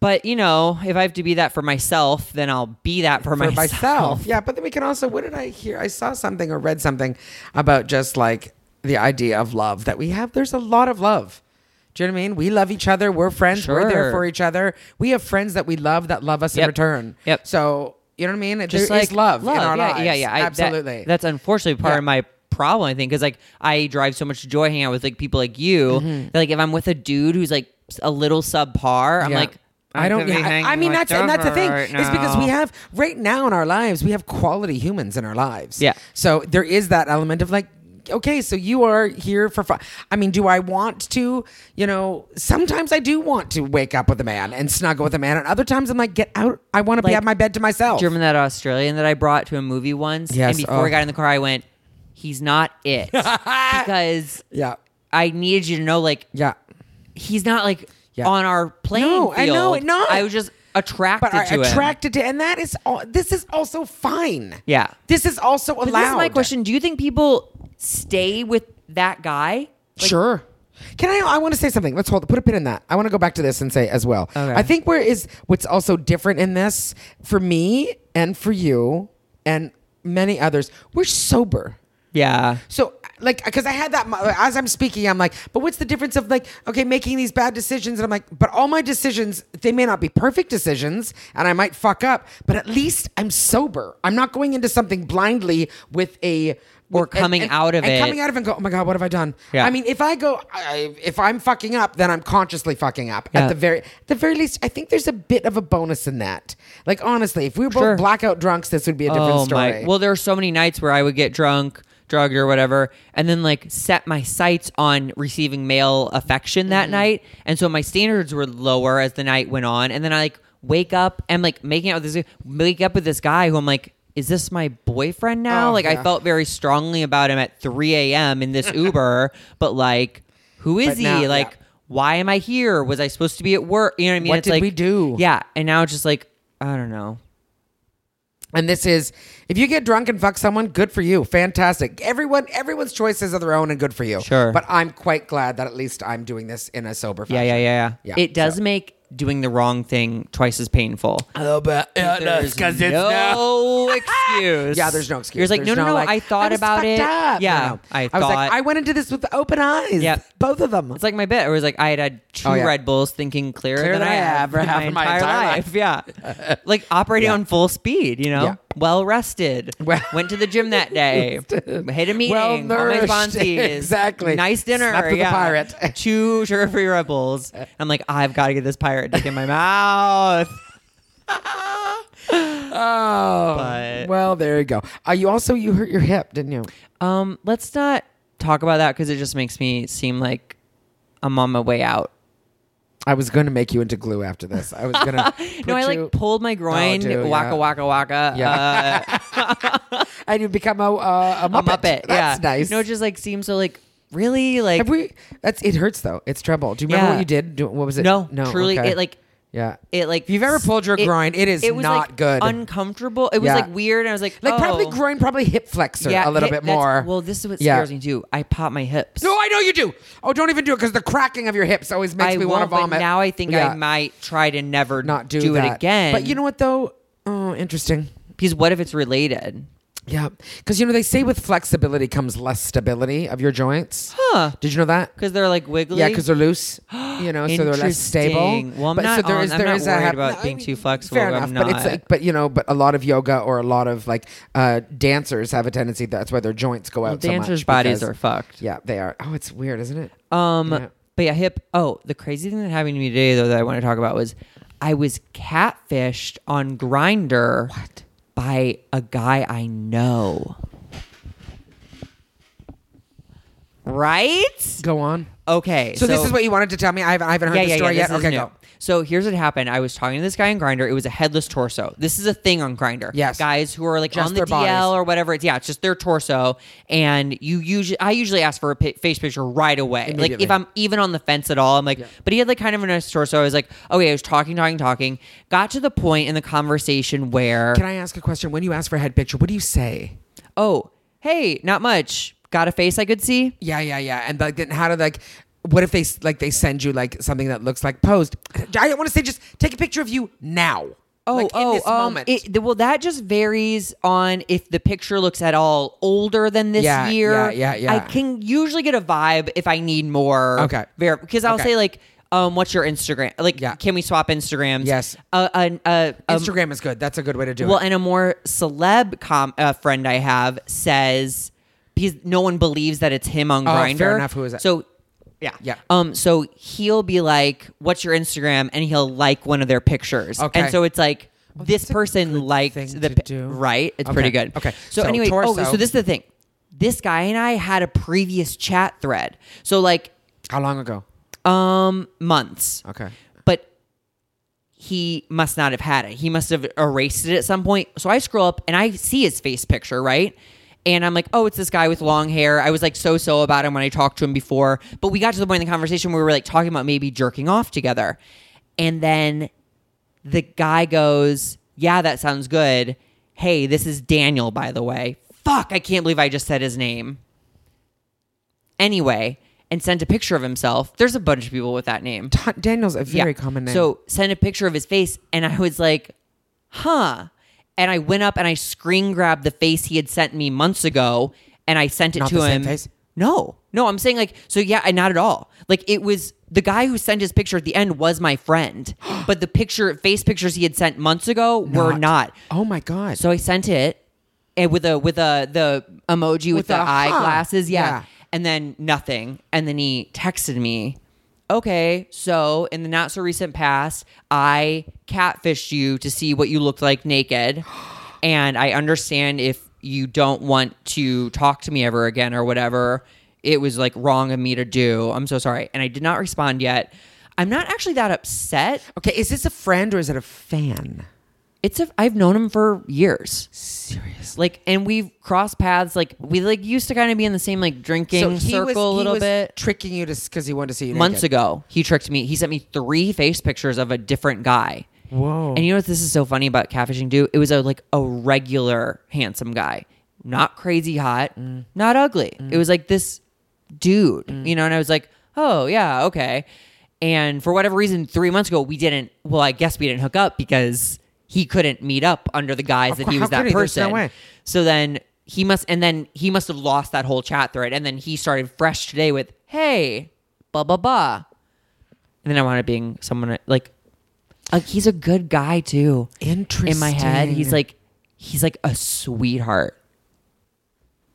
Speaker 1: but you know, if I have to be that for myself, then I'll be that for,
Speaker 2: For
Speaker 1: myself.
Speaker 2: myself. yeah. But then we can also. What did I hear? I saw something or read something about just like the idea of love that we have. There's a lot of love. Do you know what I mean? We love each other. We're friends. We're there
Speaker 1: Sure.
Speaker 2: for each other. We have friends that we love that love us in
Speaker 1: Yep.
Speaker 2: return.
Speaker 1: Yep.
Speaker 2: So you know what I mean?
Speaker 1: Just
Speaker 2: There
Speaker 1: like
Speaker 2: is love, in our
Speaker 1: yeah,
Speaker 2: lives.
Speaker 1: yeah, yeah. I- that-
Speaker 2: Absolutely.
Speaker 1: that's unfortunately part
Speaker 2: Yeah.
Speaker 1: of my problem. I think because like I drive so much joy hanging out with like people like you.
Speaker 2: Mm-hmm.
Speaker 1: That, like if I'm with a dude who's like s- a little subpar, I'm
Speaker 2: Yeah.
Speaker 1: like
Speaker 2: I don't.
Speaker 1: know.
Speaker 2: Yeah, I, I mean, that's and that's the thing. it's because we have right now in our lives we have quality humans in our lives.
Speaker 1: Yeah.
Speaker 2: So there is that element of like, okay, so you are here for fun. I mean, do I want to? You know, sometimes I do want to wake up with a man and snuggle with a man, and other times I'm like, get out. I want to be
Speaker 1: Like,
Speaker 2: at my bed to myself.
Speaker 1: German that Australian that I brought to a movie once.
Speaker 2: Yes,
Speaker 1: and before
Speaker 2: oh.
Speaker 1: I got in the car, I went, "He's not
Speaker 2: [laughs]
Speaker 1: it," because
Speaker 2: yeah.
Speaker 1: I needed you to know like
Speaker 2: Yeah.
Speaker 1: he's not like
Speaker 2: Yeah.
Speaker 1: on our playing
Speaker 2: No,
Speaker 1: field.
Speaker 2: I know, not.
Speaker 1: I was just attracted
Speaker 2: But are
Speaker 1: to him.
Speaker 2: attracted to, and that is all. This is also fine.
Speaker 1: Yeah.
Speaker 2: This is also allowed.
Speaker 1: But this is my question. Do you think people stay with that guy? Like,
Speaker 2: sure. Can I? I want to say something. Let's hold. Put a pin in that. I want to go back to this and say as well.
Speaker 1: Okay.
Speaker 2: I think where is what's also different in this for me and for you and many others. We're sober.
Speaker 1: Yeah.
Speaker 2: So, like, because I had that mo- as I'm speaking, I'm like, but what's the difference of like, okay, making these bad decisions? And I'm like, but all my decisions, they may not be perfect decisions and I might fuck up, but at least I'm sober. I'm not going into something blindly with a.
Speaker 1: Or
Speaker 2: with-
Speaker 1: coming out of
Speaker 2: and
Speaker 1: it.
Speaker 2: Coming out of it and go, oh my God, what have I done?
Speaker 1: Yeah.
Speaker 2: I mean, if I go, I, if I'm fucking up, then I'm consciously fucking up.
Speaker 1: Yeah.
Speaker 2: At the very, the very least, I think there's a bit of a bonus in that. Like, honestly, if we were both
Speaker 1: Sure. Oh
Speaker 2: blackout drunks, this would be a different story.
Speaker 1: Well, there are so many nights where I would get drunk, drugged or whatever, and then like set my sights on receiving male affection
Speaker 2: Mm-hmm.
Speaker 1: that night. And so my standards were lower as the night went on. And then I like wake up and like making out with this wake up with this guy who I'm like, is this my boyfriend now?
Speaker 2: Oh,
Speaker 1: like
Speaker 2: yeah.
Speaker 1: I felt very strongly about him at 3 a.m. in
Speaker 2: [laughs]
Speaker 1: this Uber, but like, who is
Speaker 2: But
Speaker 1: he?
Speaker 2: now-
Speaker 1: like,
Speaker 2: yeah.
Speaker 1: why am I here? Was I supposed to be at work? You know what I mean?
Speaker 2: What did
Speaker 1: like,
Speaker 2: we do?
Speaker 1: Yeah. And now it's just like, I don't know.
Speaker 2: And this is if you get drunk and fuck someone, good for you. Fantastic. Everyone everyone's choices are their own and good for you.
Speaker 1: Sure.
Speaker 2: But I'm quite glad that at least I'm doing this in a sober
Speaker 1: Yeah,
Speaker 2: fashion.
Speaker 1: yeah, yeah, yeah.
Speaker 2: Yeah,
Speaker 1: It does
Speaker 2: so-
Speaker 1: make doing the wrong thing twice as painful.
Speaker 2: Oh, but yeah,
Speaker 1: There's no [laughs] excuse.
Speaker 2: Yeah, there's no excuse.
Speaker 1: You're like,
Speaker 2: There's
Speaker 1: no, no, no.
Speaker 2: like,
Speaker 1: I thought
Speaker 2: was
Speaker 1: about
Speaker 2: fucked
Speaker 1: it.
Speaker 2: up.
Speaker 1: Yeah,
Speaker 2: No, no.
Speaker 1: I
Speaker 2: was
Speaker 1: thought-
Speaker 2: like, I went into this with open eyes.
Speaker 1: Yeah.
Speaker 2: both of them.
Speaker 1: It's like my bit. It was like I had had two
Speaker 2: Oh, yeah.
Speaker 1: Red Bulls, thinking clearer,
Speaker 2: Clearer
Speaker 1: than, I have
Speaker 2: for
Speaker 1: in
Speaker 2: half
Speaker 1: my
Speaker 2: of my
Speaker 1: entire,
Speaker 2: entire
Speaker 1: life.
Speaker 2: [laughs]
Speaker 1: Yeah, like operating on full speed. You know,
Speaker 2: Yeah.
Speaker 1: well rested.
Speaker 2: Well-
Speaker 1: [laughs] Went to the gym that day. Hit a meeting. all my
Speaker 2: nourished. [laughs]
Speaker 1: sponsees.
Speaker 2: Exactly.
Speaker 1: Nice dinner.
Speaker 2: Slept with a
Speaker 1: yeah.
Speaker 2: pirate. [laughs]
Speaker 1: two sugar-free Red Bulls. I'm like, I've got to get this pirate dick in my mouth.
Speaker 2: Oh,
Speaker 1: But-
Speaker 2: well, there you go. Uh, you also you hurt your hip, didn't you?
Speaker 1: Um, let's not talk about that because it just makes me seem like I'm on my way out.
Speaker 2: I was going to make you into glue after this. I was going to.
Speaker 1: [laughs] no, I
Speaker 2: you,
Speaker 1: like pulled my groin,
Speaker 2: dude,
Speaker 1: waka
Speaker 2: yeah.
Speaker 1: waka waka.
Speaker 2: Yeah.
Speaker 1: Uh,
Speaker 2: and you become a uh, a muppet.
Speaker 1: a Muppet.
Speaker 2: That's
Speaker 1: yeah.
Speaker 2: nice.
Speaker 1: No, it just like seems so like really like
Speaker 2: Have we? That's it. Hurts though. It's trouble. Do you remember
Speaker 1: Yeah.
Speaker 2: what you did? Do, what was it?
Speaker 1: no, truly
Speaker 2: okay.
Speaker 1: it like
Speaker 2: yeah.
Speaker 1: it like
Speaker 2: If you've ever pulled your groin, it is
Speaker 1: it was,
Speaker 2: not
Speaker 1: like,
Speaker 2: good.
Speaker 1: Uncomfortable. It was
Speaker 2: Yeah.
Speaker 1: like weird. And I was like,
Speaker 2: like
Speaker 1: oh.
Speaker 2: probably groin, probably hip flexor a little
Speaker 1: hip-
Speaker 2: bit
Speaker 1: that's-
Speaker 2: more.
Speaker 1: Well, this is what
Speaker 2: Yeah.
Speaker 1: scares me too. I pop my hips.
Speaker 2: no, I know you do. Oh, don't even do it because the cracking of your hips always makes
Speaker 1: I
Speaker 2: me
Speaker 1: won't.
Speaker 2: want to vomit.
Speaker 1: But now I think
Speaker 2: Yeah.
Speaker 1: I might try to never
Speaker 2: not do,
Speaker 1: it
Speaker 2: that.
Speaker 1: again.
Speaker 2: But you know what though? Oh, interesting.
Speaker 1: because what if it's related?
Speaker 2: Yeah, because you know they say with flexibility comes less stability of your joints.
Speaker 1: Huh?
Speaker 2: Did you know that?
Speaker 1: Because they're like wiggly.
Speaker 2: Yeah, because they're loose, you know, so they're less stable.
Speaker 1: Interesting. Well, I'm not on- I'm not worried
Speaker 2: hap-
Speaker 1: about
Speaker 2: No, I
Speaker 1: being
Speaker 2: mean,
Speaker 1: too flexible.
Speaker 2: Fair
Speaker 1: I'm
Speaker 2: enough, but it's
Speaker 1: not.
Speaker 2: like, but you know, but a lot of yoga or a lot of like uh, dancers have a tendency. That's why their joints go out. so much
Speaker 1: dancers' bodies
Speaker 2: because-
Speaker 1: are fucked.
Speaker 2: Yeah, they are. Oh, it's weird, isn't it?
Speaker 1: Um,
Speaker 2: Yeah.
Speaker 1: but yeah, hip. Oh, the crazy thing that happened to me today, though, that I want to talk about was I was catfished on Grinder. What? By a guy I know. Right?
Speaker 2: Go on.
Speaker 1: Okay.
Speaker 2: So, this is what you wanted to tell me. I haven't, I haven't heard the story
Speaker 1: this
Speaker 2: yet.
Speaker 1: is
Speaker 2: Okay,
Speaker 1: new.
Speaker 2: go.
Speaker 1: So here's what happened. I was talking to this guy on Grinder. It was a headless torso. This is a thing on Grinder.
Speaker 2: Yes.
Speaker 1: guys who are like
Speaker 2: Just
Speaker 1: on the
Speaker 2: their
Speaker 1: DL
Speaker 2: bodies.
Speaker 1: or whatever. It's yeah, it's just their torso. And you usually, I usually ask for a pi- face picture right away. Like
Speaker 2: Immediately.
Speaker 1: if I'm even on the fence at all, I'm like. But he had like kind of a nice torso. I was like, okay. I was talking, talking, talking. Got to the point in the conversation where
Speaker 2: Can I ask a question? When you ask for a head picture, what do you say?
Speaker 1: oh hey, not much. Got a face I could see.
Speaker 2: Yeah, yeah, yeah. And like, then how do like, what if they s- like they send you like something that looks like posed? I want to say just take a picture of you now.
Speaker 1: Oh,
Speaker 2: like,
Speaker 1: oh,
Speaker 2: in this
Speaker 1: um,
Speaker 2: moment.
Speaker 1: It, th- well, that just varies on if the picture looks at all older than this
Speaker 2: Yeah,
Speaker 1: year.
Speaker 2: yeah, yeah, yeah.
Speaker 1: I can usually get a vibe if I need more.
Speaker 2: Okay.
Speaker 1: because I'll
Speaker 2: Okay.
Speaker 1: say like, um, what's your Instagram? Like,
Speaker 2: Yeah.
Speaker 1: can we swap Instagrams?
Speaker 2: Yes.
Speaker 1: Uh, an- uh, um,
Speaker 2: Instagram is good. That's a good way to do
Speaker 1: well,
Speaker 2: it.
Speaker 1: and a more celeb com- uh, friend I have says because no one believes that it's him on
Speaker 2: Oh, fair
Speaker 1: Grinder.
Speaker 2: enough. Who is it?
Speaker 1: So. Yeah.
Speaker 2: Yeah.
Speaker 1: Um, so he'll be like, What's your Instagram? And he'll like one of their pictures.
Speaker 2: Okay.
Speaker 1: And so it's like this
Speaker 2: that's a
Speaker 1: person liked
Speaker 2: thing
Speaker 1: the
Speaker 2: to
Speaker 1: pi-
Speaker 2: do.
Speaker 1: right. It's
Speaker 2: Okay.
Speaker 1: pretty good.
Speaker 2: Okay.
Speaker 1: So,
Speaker 2: So
Speaker 1: anyway, oh,
Speaker 2: torso.
Speaker 1: so this is the thing. This guy and I had a previous chat thread. So like
Speaker 2: How long ago?
Speaker 1: um months.
Speaker 2: Okay.
Speaker 1: But he must not have had it. He must have erased it at some point. So I scroll up and I see his face picture, right? And I'm like, oh, it's this guy with long hair. I was like so so about him when I talked to him before. But we got to the point in the conversation where we were like talking about maybe jerking off together. And then the guy goes, yeah, that sounds good. Hey, this is Daniel, by the way. Fuck, I can't believe I just said his name anyway and sent a picture of himself. There's a bunch of people with that name.
Speaker 2: Ta- Daniel's a very
Speaker 1: Yeah.
Speaker 2: common name.
Speaker 1: So sent a picture of his face and I was like, huh. And I went up and I screen grabbed the face he had sent me months ago and I sent it
Speaker 2: Not
Speaker 1: to
Speaker 2: the same
Speaker 1: him.
Speaker 2: face?
Speaker 1: No, no, I'm saying like, so yeah, I- not at all. Like it was the guy who sent his picture at the end was my
Speaker 2: [gasps]
Speaker 1: friend, but the picture, face pictures he had sent months ago were not.
Speaker 2: Oh my god.
Speaker 1: So I sent it and with a with a the emoji with,
Speaker 2: With
Speaker 1: the
Speaker 2: a, huh.
Speaker 1: eyeglasses, yeah.
Speaker 2: Yeah.
Speaker 1: And then nothing. And then he texted me, "Okay, so in the not so recent past, I catfished you to see what you looked like [gasps] naked, and I understand if you don't want to talk to me ever again or whatever. It was like wrong of me to do. I'm so sorry." And I did not respond yet. I'm not actually that upset.
Speaker 2: okay, is this a friend or is it a fan?
Speaker 1: It's a I've known him for years.
Speaker 2: Serious.
Speaker 1: Like, and we've crossed paths. Like, we like used to kind of be in the same like drinking circle a little bit.
Speaker 2: tricking you to because he wanted to see you
Speaker 1: Months
Speaker 2: naked.
Speaker 1: ago, he tricked me. He sent me three face pictures of a different guy.
Speaker 2: Whoa.
Speaker 1: And you know what? This is so funny about catfishing, too. It was a like a regular handsome guy, not crazy hot, not ugly. It was like this dude, you know. And I was like, oh yeah, okay. And for whatever reason, three months ago, we didn't. Well, I guess we didn't hook up because he couldn't meet up under the guise that he
Speaker 2: cour-
Speaker 1: was
Speaker 2: how
Speaker 1: that
Speaker 2: could he? There's no
Speaker 1: person.
Speaker 2: way.
Speaker 1: So then he must, and then he must have lost that whole chat thread. And then he started fresh today with, "Hey, blah blah blah," and then I wound up being someone like, like he's a good guy too.
Speaker 2: Interesting.
Speaker 1: In my head, he's like, he's like a sweetheart.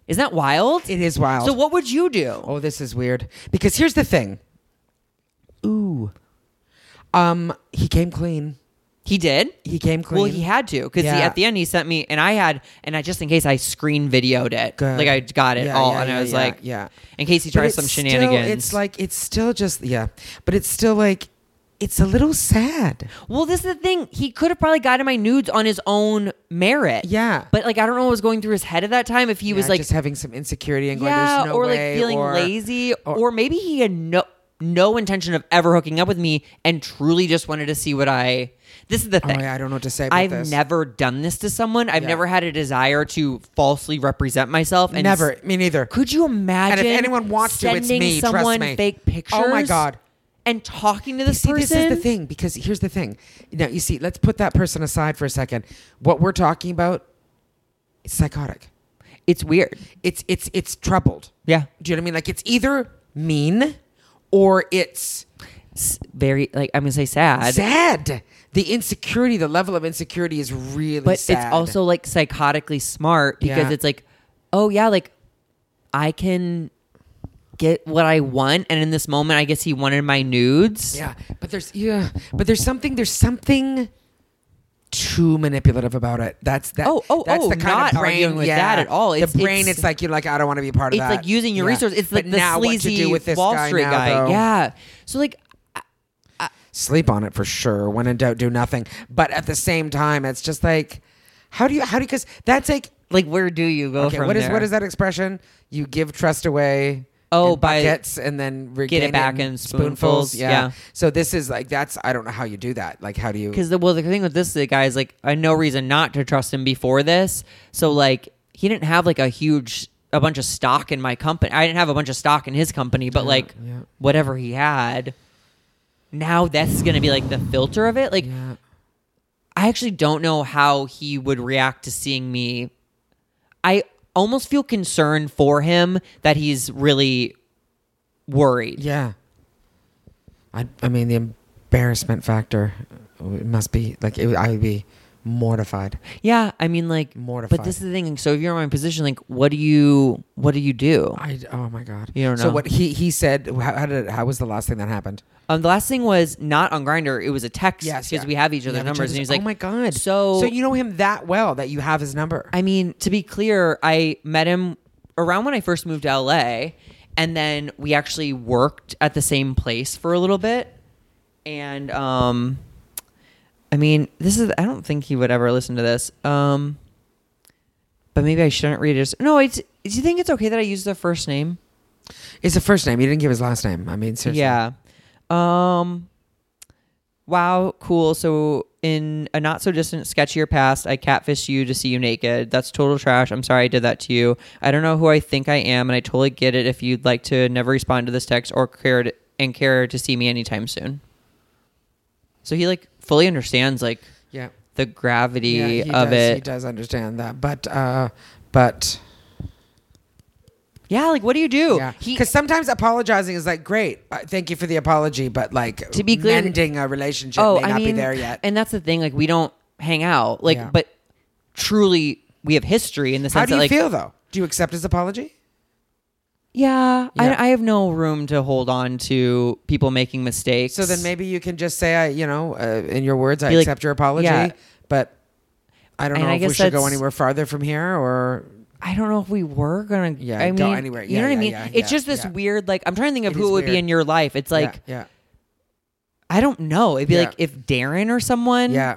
Speaker 1: Isn't that wild?
Speaker 2: It is wild.
Speaker 1: So what would you do?
Speaker 2: Oh, this is weird. Because here's the thing. Ooh. Um, he came clean.
Speaker 1: He did.
Speaker 2: He came clean.
Speaker 1: Well, he had to because
Speaker 2: Yeah.
Speaker 1: at the end he sent me, and I had, and I just in case I screen videoed it,
Speaker 2: Good.
Speaker 1: like I got it
Speaker 2: Yeah,
Speaker 1: all,
Speaker 2: yeah,
Speaker 1: and
Speaker 2: yeah,
Speaker 1: I was
Speaker 2: yeah,
Speaker 1: like,
Speaker 2: yeah.
Speaker 1: in case he
Speaker 2: But
Speaker 1: tries
Speaker 2: it's
Speaker 1: some
Speaker 2: still-
Speaker 1: shenanigans.
Speaker 2: it's like it's still just yeah, but it's still like it's a little sad.
Speaker 1: well, this is the thing. He could have probably gotten my nudes on his own merit.
Speaker 2: Yeah.
Speaker 1: but like I don't know what was going through his head at that time. If he was
Speaker 2: Yeah,
Speaker 1: like,
Speaker 2: just having some insecurity and going,
Speaker 1: yeah,
Speaker 2: there's no
Speaker 1: or
Speaker 2: way,"
Speaker 1: like feeling
Speaker 2: or-
Speaker 1: lazy, or, maybe he had no no intention of ever hooking up with me and truly just wanted to see what I. This is the
Speaker 2: Oh,
Speaker 1: thing.
Speaker 2: yeah, I don't know what to say. About
Speaker 1: I've
Speaker 2: this.
Speaker 1: never done this to someone. I've
Speaker 2: Yeah.
Speaker 1: never had a desire to falsely represent myself. And
Speaker 2: never, me neither.
Speaker 1: Could you imagine?
Speaker 2: And if anyone wants to, it's
Speaker 1: sending
Speaker 2: me, trust
Speaker 1: Someone
Speaker 2: me.
Speaker 1: fake pictures.
Speaker 2: Oh my God.
Speaker 1: And talking to this
Speaker 2: see,
Speaker 1: person.
Speaker 2: this is the thing because here's the thing. Now, you see, let's put that person aside for a second. What we're talking about is psychotic.
Speaker 1: It's weird.
Speaker 2: It's it's it's troubled.
Speaker 1: Yeah.
Speaker 2: Do you know what I mean? Like it's either mean or it's
Speaker 1: It's very like I'm gonna say sad,
Speaker 2: sad. The insecurity, the level of insecurity is really
Speaker 1: but
Speaker 2: sad.
Speaker 1: it's also like psychotically smart because
Speaker 2: Yeah.
Speaker 1: it's like, oh yeah, like I can get what I want, and in this moment, I guess he wanted my nudes.
Speaker 2: Yeah, but there's yeah, but there's something there's something too manipulative about it. That's that.
Speaker 1: Oh, oh,
Speaker 2: that's
Speaker 1: oh, not arguing with that at all.
Speaker 2: It's,
Speaker 1: It's-
Speaker 2: the brain,
Speaker 1: it's-
Speaker 2: it's, like you're like I don't want to be a part of
Speaker 1: it's
Speaker 2: that.
Speaker 1: like using your
Speaker 2: Yeah.
Speaker 1: resource. It's like
Speaker 2: But
Speaker 1: the
Speaker 2: now what
Speaker 1: sleazy
Speaker 2: you do with this
Speaker 1: Wall
Speaker 2: guy
Speaker 1: Street
Speaker 2: now,
Speaker 1: guy.
Speaker 2: though,
Speaker 1: Yeah. So like,
Speaker 2: sleep on it for sure. When in doubt, do nothing. But at the same time, it's just like how do you how do you because that's like
Speaker 1: like where do you go
Speaker 2: okay.
Speaker 1: from
Speaker 2: What is
Speaker 1: there?
Speaker 2: what is that expression? You give trust away.
Speaker 1: Oh,
Speaker 2: in
Speaker 1: by-
Speaker 2: buckets and then regain
Speaker 1: back
Speaker 2: in
Speaker 1: in spoonfuls, yeah.
Speaker 2: So this is like that's I don't know how you do that. Like how do you?
Speaker 1: Because the well, the thing with this guy is like, I had no reason not to trust him before this. So like, he didn't have like a huge a bunch of stock in my company. I didn't have a bunch of stock in his company, but like
Speaker 2: yeah.
Speaker 1: whatever he had. Now that's gonna be like the filter of it. Like
Speaker 2: Yeah.
Speaker 1: I actually don't know how he would react to seeing me. I almost feel concerned for him that he's really worried.
Speaker 2: Yeah. I I mean the embarrassment factor oh, it must be like it, I would be mortified.
Speaker 1: Yeah, I mean, like,
Speaker 2: Mortified.
Speaker 1: But this is the thing. So if you're in my position, like, what do you, what do you do?
Speaker 2: I oh my god.
Speaker 1: You don't
Speaker 2: So
Speaker 1: know.
Speaker 2: what he he said how, how did how was the last thing that happened?
Speaker 1: Um, the last thing was not on Grinder. It was a text
Speaker 2: Yes,
Speaker 1: because
Speaker 2: yeah.
Speaker 1: we have each other's
Speaker 2: Yeah,
Speaker 1: numbers. and he was like,
Speaker 2: "Oh my god."
Speaker 1: So,
Speaker 2: so you know him that well that you have his number.
Speaker 1: I mean, to be clear, I met him around when I first moved to LA, and then we actually worked at the same place for a little bit. And um, I mean, this is I don't think he would ever listen to this. Um, but maybe I shouldn't read it. No, it's. Do you think it's okay that I use the first name?
Speaker 2: it's a first name. He didn't give his last name. I mean seriously.
Speaker 1: Yeah. Um Wow, cool. So in a not so distant, sketchier past, I catfished you to see you naked. That's total trash. I'm sorry I did that to you. I don't know who I think I am, and I totally get it if you'd like to never respond to this text or care to, and care to see me anytime soon. So he like fully understands like
Speaker 2: Yeah.
Speaker 1: the gravity
Speaker 2: Yeah, he
Speaker 1: of
Speaker 2: does, He
Speaker 1: it.
Speaker 2: does understand that. But uh but
Speaker 1: Yeah, like what do you do?
Speaker 2: Yeah,
Speaker 1: He
Speaker 2: because sometimes apologizing is like, great, uh, thank you for the apology, but like
Speaker 1: To be clear- oh,
Speaker 2: mending a relationship may not be there yet.
Speaker 1: And that's the thing, like we don't hang out, like,
Speaker 2: Yeah.
Speaker 1: but truly we have history in the sense
Speaker 2: How do you
Speaker 1: that, like,
Speaker 2: feel though? Do you accept his apology?
Speaker 1: yeah,
Speaker 2: Yeah.
Speaker 1: I, I have no room to hold on to people making mistakes.
Speaker 2: So then maybe you can just say, I, you know, uh, in your words, I
Speaker 1: Be like,
Speaker 2: accept your apology,
Speaker 1: yeah.
Speaker 2: but I don't
Speaker 1: And
Speaker 2: know
Speaker 1: I
Speaker 2: if we
Speaker 1: guess
Speaker 2: should go
Speaker 1: that's-
Speaker 2: anywhere farther from here or.
Speaker 1: I don't know if we were gonna,
Speaker 2: Yeah,
Speaker 1: I mean,
Speaker 2: go anywhere.
Speaker 1: You
Speaker 2: Yeah,
Speaker 1: know what
Speaker 2: yeah,
Speaker 1: I mean?
Speaker 2: yeah,
Speaker 1: it's
Speaker 2: yeah,
Speaker 1: just this
Speaker 2: yeah.
Speaker 1: weird, like, I'm trying to think of
Speaker 2: It
Speaker 1: who
Speaker 2: is
Speaker 1: it would be
Speaker 2: weird.
Speaker 1: in your life. It's like,
Speaker 2: yeah,
Speaker 1: I don't know. It'd be
Speaker 2: Yeah.
Speaker 1: like if Darren or someone,
Speaker 2: yeah, yeah.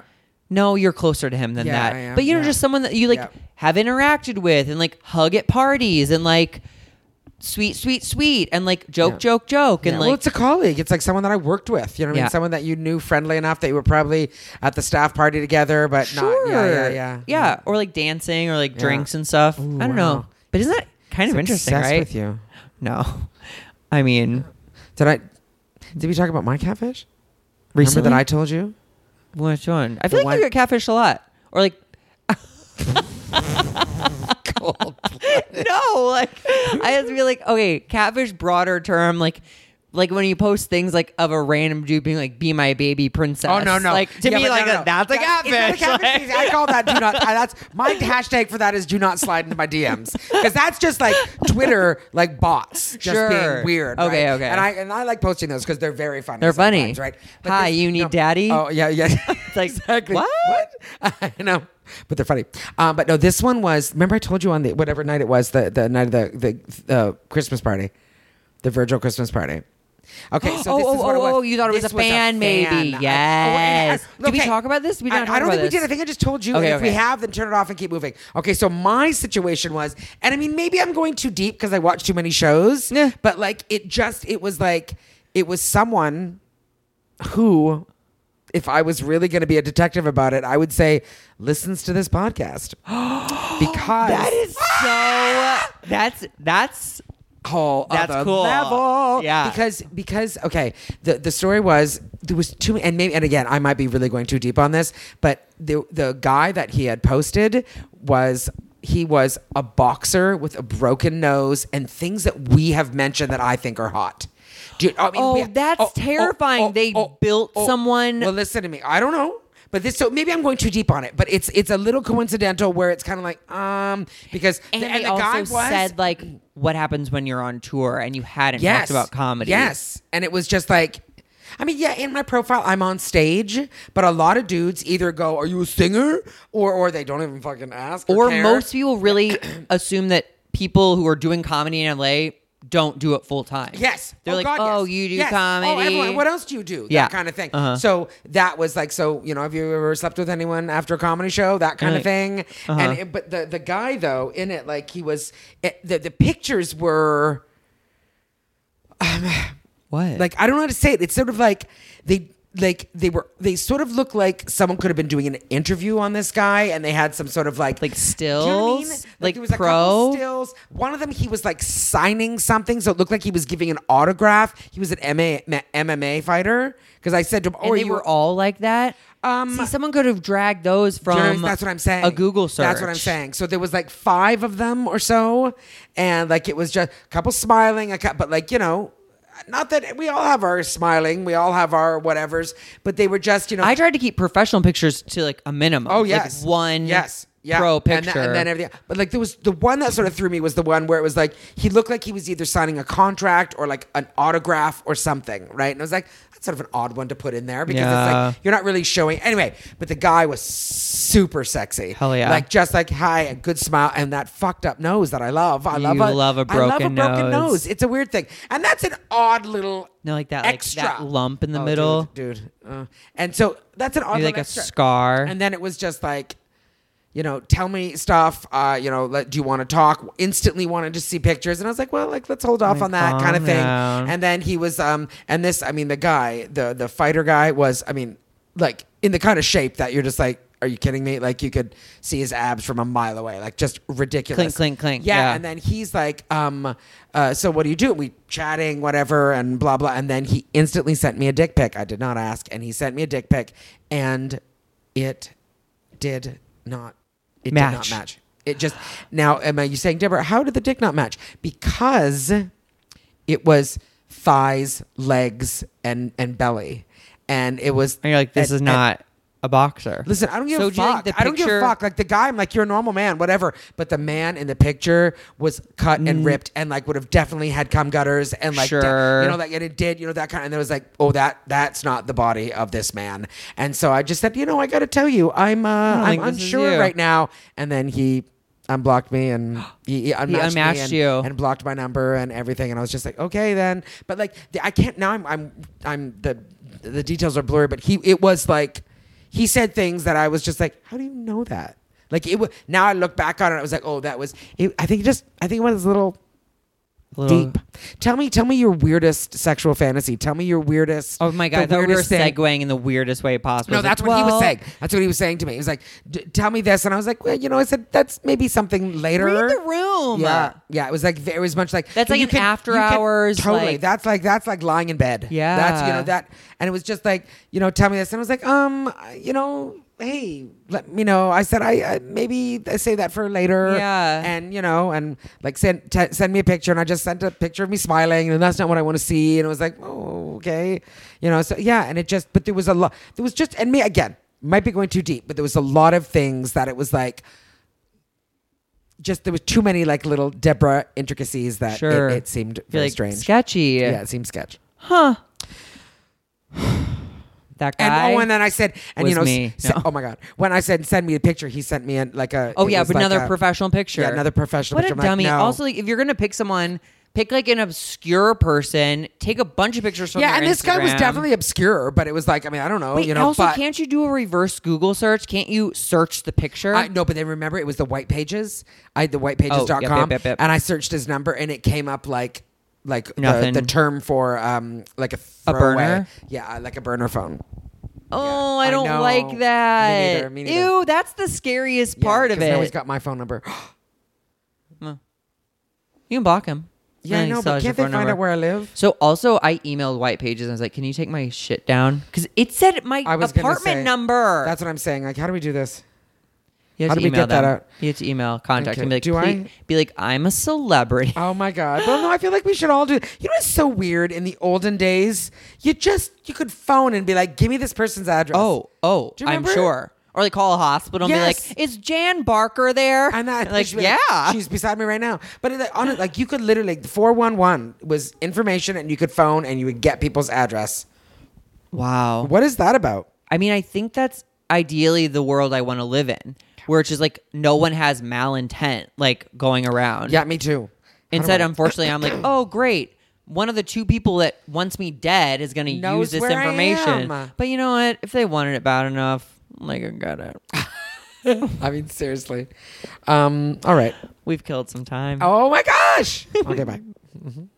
Speaker 1: no, you're closer to him than
Speaker 2: Yeah,
Speaker 1: that.
Speaker 2: I am,
Speaker 1: But you know,
Speaker 2: yeah.
Speaker 1: just someone that you like
Speaker 2: Yeah.
Speaker 1: have interacted with and like hug at parties and like sweet, sweet, sweet and like joke,
Speaker 2: Yeah.
Speaker 1: joke, joke and
Speaker 2: Yeah.
Speaker 1: like
Speaker 2: well, it's a colleague. It's like someone that I worked with. You know what I
Speaker 1: Yeah.
Speaker 2: mean? Someone that you knew friendly enough that you were probably at the staff party together, but
Speaker 1: sure,
Speaker 2: not. Yeah, yeah, yeah.
Speaker 1: yeah, or like dancing or like drinks and stuff. I don't
Speaker 2: wow.
Speaker 1: know, but isn't that kind of interesting, [laughs]
Speaker 2: Obsessed
Speaker 1: right?
Speaker 2: with you.
Speaker 1: No, I mean,
Speaker 2: Did I? Did we talk about my catfish? Remember that I
Speaker 1: [laughs]
Speaker 2: told you?
Speaker 1: Which one? I feel like
Speaker 2: one-
Speaker 1: you get catfished a lot, or like
Speaker 2: [laughs]
Speaker 1: [laughs] no, like I have to be like, okay, catfish broader term, like like when you post things like of a random dude being like, "Be my baby princess."
Speaker 2: Oh no no!
Speaker 1: Like to
Speaker 2: Yeah,
Speaker 1: me,
Speaker 2: but
Speaker 1: like
Speaker 2: no, no, no.
Speaker 1: that's a
Speaker 2: That-
Speaker 1: catfish.
Speaker 2: it's not a catfish. I call that do not. I, that's my hashtag for that is do not slide into my DMs because that's just like Twitter like bots just
Speaker 1: Sure.
Speaker 2: being weird.
Speaker 1: Okay,
Speaker 2: right?
Speaker 1: okay.
Speaker 2: And I and I like posting those because they're very funny.
Speaker 1: They're funny.
Speaker 2: sometimes, right?
Speaker 1: Hi, you need daddy?
Speaker 2: Oh yeah, yeah.
Speaker 1: [laughs] It's like,
Speaker 2: exactly
Speaker 1: what?
Speaker 2: I know. But they're funny. Um, but no, this one was. Remember, I told you on the whatever night it was, the the night of the the uh, Christmas party, the Virgil Christmas party.
Speaker 1: [gasps]
Speaker 2: Okay, so
Speaker 1: Oh,
Speaker 2: this
Speaker 1: oh,
Speaker 2: is what it
Speaker 1: oh,
Speaker 2: was.
Speaker 1: oh, you thought it was
Speaker 2: This
Speaker 1: a fan, maybe.
Speaker 2: I-
Speaker 1: Yes.
Speaker 2: oh, and I-
Speaker 1: Did we talk about this? We did
Speaker 2: I-
Speaker 1: not
Speaker 2: I,
Speaker 1: talk
Speaker 2: don't
Speaker 1: about
Speaker 2: think we did.
Speaker 1: this.
Speaker 2: I think I just told you.
Speaker 1: Okay,
Speaker 2: and If
Speaker 1: okay.
Speaker 2: we have, then turn it off and keep moving. Okay, so my situation was, and I mean, maybe I'm going too deep because I watch too many shows.
Speaker 1: Yeah.
Speaker 2: But like, it just, it was like, it was someone who, if I was really going to be a detective about it, I would say listens to
Speaker 1: [gasps]
Speaker 2: this podcast because
Speaker 1: That is so. That's that's
Speaker 2: whole
Speaker 1: That's
Speaker 2: other
Speaker 1: cool.
Speaker 2: level.
Speaker 1: Yeah.
Speaker 2: Because because okay, the the story was there was too and maybe and again I might be really going too deep on this, but the the guy that he had posted was he was a boxer with a broken nose and things that we have mentioned that I think are hot. Dude, I mean,
Speaker 1: Oh,
Speaker 2: we-
Speaker 1: that's terrifying. They built someone-
Speaker 2: oh, Well, listen to me. I don't know. But this so maybe I'm going too deep on it, but it's it's a little coincidental where it's kind of like um because
Speaker 1: and,
Speaker 2: the,
Speaker 1: they
Speaker 2: and the
Speaker 1: also
Speaker 2: guy was
Speaker 1: said like what happens when you're on tour and you hadn't talked about comedy.
Speaker 2: Yes. And it was just like, I mean, yeah, in my profile, I'm on stage, but a lot of dudes either go, Are you a singer? Or or they don't even fucking ask. Or,
Speaker 1: Or
Speaker 2: care.
Speaker 1: most people really [clears throat] assume that people who are doing comedy in LA don't do it full time.
Speaker 2: Yes.
Speaker 1: They're like,
Speaker 2: God, yes.
Speaker 1: oh, you do
Speaker 2: Yes.
Speaker 1: comedy.
Speaker 2: Oh, everyone. What else do you do?
Speaker 1: Yeah.
Speaker 2: That kind of thing.
Speaker 1: Uh-huh.
Speaker 2: So that was like, so, you know, have you ever slept with anyone after a comedy show? That kind
Speaker 1: Right. Uh-huh.
Speaker 2: of thing. And it, but the, the guy, though, in it, like he was, it, the, the pictures were.
Speaker 1: What?
Speaker 2: like I don't know how to say it. It's sort of like they like they were they sort of look like someone could have been doing an interview on this guy and they had some sort of like
Speaker 1: Like
Speaker 2: Do you know what I mean?
Speaker 1: stills? Like
Speaker 2: there was a couple
Speaker 1: pro?
Speaker 2: stills. One of them he was like signing something, so it looked like he was giving an autograph. He was an MA, MMA fighter because I said to him, "Oh,
Speaker 1: and
Speaker 2: are
Speaker 1: they
Speaker 2: you
Speaker 1: were all like that.
Speaker 2: Um,
Speaker 1: See, someone could have dragged those from.
Speaker 2: Jerry's- that's what I'm saying.
Speaker 1: A Google search.
Speaker 2: That's what I'm saying. So there was like five of them or so, and like it was just a couple smiling, a couple, but like you know, not that we all have our smiling, we all have our whatevers, but they were just you know.
Speaker 1: I tried to keep professional pictures to like a minimum.
Speaker 2: oh
Speaker 1: Like,
Speaker 2: yes,
Speaker 1: one.
Speaker 2: yes. Yeah.
Speaker 1: Pro
Speaker 2: And th-
Speaker 1: picture.
Speaker 2: and, then everything. But like there was the one that sort of threw me was the one where it was like he looked like he was either signing a contract or like an autograph or something, right? And I was like, that's sort of an odd one to put in there because
Speaker 1: Yeah.
Speaker 2: it's like you're not really showing anyway. But the guy was super sexy,
Speaker 1: Hell yeah.
Speaker 2: like just like hi, a good smile, and that fucked up nose that I love. I love
Speaker 1: You love
Speaker 2: a,
Speaker 1: a
Speaker 2: I love a
Speaker 1: broken
Speaker 2: broken
Speaker 1: nose.
Speaker 2: nose. It's a weird thing, and that's an odd little
Speaker 1: No, like that, like,
Speaker 2: extra
Speaker 1: that lump in the
Speaker 2: Oh,
Speaker 1: middle.
Speaker 2: dude. dude. Uh, and so that's an odd
Speaker 1: Maybe
Speaker 2: little
Speaker 1: like a
Speaker 2: extra.
Speaker 1: scar.
Speaker 2: And then it was just like, you know, tell me stuff. Uh, you know, let, do you want to talk? Instantly wanted to see pictures, and I was like, well, like let's hold off
Speaker 1: Like,
Speaker 2: on that kind of
Speaker 1: calm
Speaker 2: thing.
Speaker 1: down.
Speaker 2: And then he was, um, and this, I mean, the guy, the the fighter guy was, I mean, like in the kind of shape that you're just like. Are you kidding me? Like you could see his abs from a mile away, like just ridiculous.
Speaker 1: Clink, clink, clink.
Speaker 2: Yeah,
Speaker 1: Yeah.
Speaker 2: and then he's like, um, uh, so what do you do? We chatting, whatever, and blah blah. And then he instantly sent me a dick pic. I did not ask, and he sent me a dick pic, and it did not it
Speaker 1: Match.
Speaker 2: did not match. It just now am I you saying, Deborah, how did the dick not match? Because it was thighs, legs, and and belly. And it was
Speaker 1: And you're like, this
Speaker 2: and-
Speaker 1: is not a boxer.
Speaker 2: Listen, I don't give
Speaker 1: So
Speaker 2: a
Speaker 1: do you think
Speaker 2: fuck.
Speaker 1: the
Speaker 2: I don't give
Speaker 1: picture-
Speaker 2: a fuck. Like the guy, I'm like, you're a normal man, whatever. But the man in the picture was cut
Speaker 1: Mm.
Speaker 2: and ripped, and like would have definitely had cum gutters, and like, de-
Speaker 1: Sure.
Speaker 2: you know, like, and it did, you know, that kind. And it was like, oh, that that's not the body of this man. And so I just said, you know, I got to tell you, I'm uh, I'm
Speaker 1: think this is
Speaker 2: unsure
Speaker 1: you.
Speaker 2: right now. And then he unblocked me and he, he unmatched,
Speaker 1: unmatched
Speaker 2: me and,
Speaker 1: you.
Speaker 2: and blocked my number and everything. And I was just like, okay, then. But like, the- I can't now. I'm I'm I'm the the details are blurry, but he it was like he said things that I was just like, how do you know that? Like it. wa- Now I look back on it, I was like, oh, that was. It, I think it just. I think it was a little
Speaker 1: Little-
Speaker 2: Deep. Tell me, tell me your weirdest sexual fantasy. Tell me your weirdest.
Speaker 1: Oh my god,
Speaker 2: the
Speaker 1: that we were
Speaker 2: weirdest thing.
Speaker 1: segueing in the weirdest way possible.
Speaker 2: No,
Speaker 1: It's like,
Speaker 2: that's what he was
Speaker 1: well,
Speaker 2: saying. That's what he was saying to me. He was like, D- "Tell me this," and I was like, "Well, you know," I said, "That's maybe something later."
Speaker 1: Read the room.
Speaker 2: Yeah, yeah. It was like it was much like
Speaker 1: That's like
Speaker 2: you
Speaker 1: an after hours,
Speaker 2: Totally.
Speaker 1: like-
Speaker 2: that's like that's like lying in bed.
Speaker 1: Yeah.
Speaker 2: That's you know that, and it was just like you know tell me this, and I was like um you know hey let me know. I said I, I maybe I say that for later.
Speaker 1: Yeah.
Speaker 2: And you know and like send t- send me a picture, and I just sent a picture of me smiling, and that's not what I want to see, and it was like oh okay, you know so yeah, and it just but there was a lot there was just and me again might be going too deep, but there was a lot of things that it was like just there was too many like little Deborah intricacies that it-
Speaker 1: Sure.
Speaker 2: it, seemed
Speaker 1: You're
Speaker 2: very
Speaker 1: like,
Speaker 2: strange.
Speaker 1: Sketchy.
Speaker 2: Yeah, it seemed sketch.
Speaker 1: Huh. that
Speaker 2: And
Speaker 1: guy.
Speaker 2: oh, and then I said, and you
Speaker 1: was
Speaker 2: know, s-
Speaker 1: me.
Speaker 2: se-
Speaker 1: No.
Speaker 2: oh my god, when I said send me a picture, he sent me a, like a.
Speaker 1: oh
Speaker 2: it
Speaker 1: yeah,
Speaker 2: was
Speaker 1: but
Speaker 2: like
Speaker 1: another
Speaker 2: a-
Speaker 1: professional picture.
Speaker 2: Yeah, another professional
Speaker 1: What
Speaker 2: picture. I'm
Speaker 1: a
Speaker 2: like,
Speaker 1: dummy.
Speaker 2: no.
Speaker 1: Also, like, if you're gonna pick someone, pick like an obscure person. Take a bunch of pictures from.
Speaker 2: yeah,
Speaker 1: their
Speaker 2: and this guy was
Speaker 1: Instagram.
Speaker 2: definitely obscure, but it was like, I mean, I don't know,
Speaker 1: Wait,
Speaker 2: you know,
Speaker 1: also,
Speaker 2: but
Speaker 1: can't you do a reverse Google search? Can't you search the picture?
Speaker 2: I, no, but then remember it was the white pages. I had the whitepages.com
Speaker 1: Oh, yep, yep, yep, yep.
Speaker 2: and I searched his number and it came up like like the,
Speaker 1: Nothing.
Speaker 2: the term for um like a,
Speaker 1: A burner?
Speaker 2: throwaway- Yeah, like a burner phone.
Speaker 1: oh,
Speaker 2: Yeah,
Speaker 1: I
Speaker 2: I
Speaker 1: don't
Speaker 2: know.
Speaker 1: like that.
Speaker 2: Me neither, me neither.
Speaker 1: Ew, that's the scariest part
Speaker 2: Yeah,
Speaker 1: of
Speaker 2: 'cause
Speaker 1: it.
Speaker 2: Now he's got my phone number. [gasps]
Speaker 1: you can block him.
Speaker 2: yeah,
Speaker 1: And
Speaker 2: I
Speaker 1: he
Speaker 2: know,
Speaker 1: still
Speaker 2: but
Speaker 1: has your
Speaker 2: can't they
Speaker 1: phone
Speaker 2: find
Speaker 1: number.
Speaker 2: out where I live?
Speaker 1: So also, I emailed White Pages. and I was like, "Can you take my shit down?" Because it said my
Speaker 2: I was gonna
Speaker 1: apartment
Speaker 2: say,
Speaker 1: number.
Speaker 2: That's what I'm saying. Like, how do we do this?
Speaker 1: you have
Speaker 2: how
Speaker 1: to
Speaker 2: do we
Speaker 1: email
Speaker 2: get that
Speaker 1: them.
Speaker 2: out?
Speaker 1: You have to email contact
Speaker 2: Okay,
Speaker 1: and be like,
Speaker 2: do I-
Speaker 1: "Please-" Be like, I'm a celebrity.
Speaker 2: Oh my god! Well, no, I feel like we should all do. You know, what's so weird in the olden days. You just you could phone and be like, "Give me this person's address."
Speaker 1: [laughs] Oh, oh,
Speaker 2: Do you
Speaker 1: I'm
Speaker 2: remember?
Speaker 1: sure. Or like call a hospital and
Speaker 2: Yes.
Speaker 1: be like, "Is Jan Barker there?"
Speaker 2: And
Speaker 1: [laughs]
Speaker 2: that,
Speaker 1: like,
Speaker 2: she'd be
Speaker 1: yeah.
Speaker 2: she's beside me right now. But it, like, on it, like you could literally four one one was information, and you could phone and you would get people's address.
Speaker 1: wow.
Speaker 2: What is that about?
Speaker 1: I mean, I think that's ideally the world I want to live in, where it's just like no one has malintent like going around.
Speaker 2: Yeah, me too. How do
Speaker 1: Instead,
Speaker 2: I-
Speaker 1: unfortunately, I'm like, oh, great. One of the two people that wants me dead is going to use
Speaker 2: Knows
Speaker 1: this
Speaker 2: where I
Speaker 1: information.
Speaker 2: am.
Speaker 1: But you know what? If they wanted it bad enough, like, I got it.
Speaker 2: I mean, seriously. Um. All right.
Speaker 1: We've killed some time.
Speaker 2: Oh my gosh. Okay. Bye.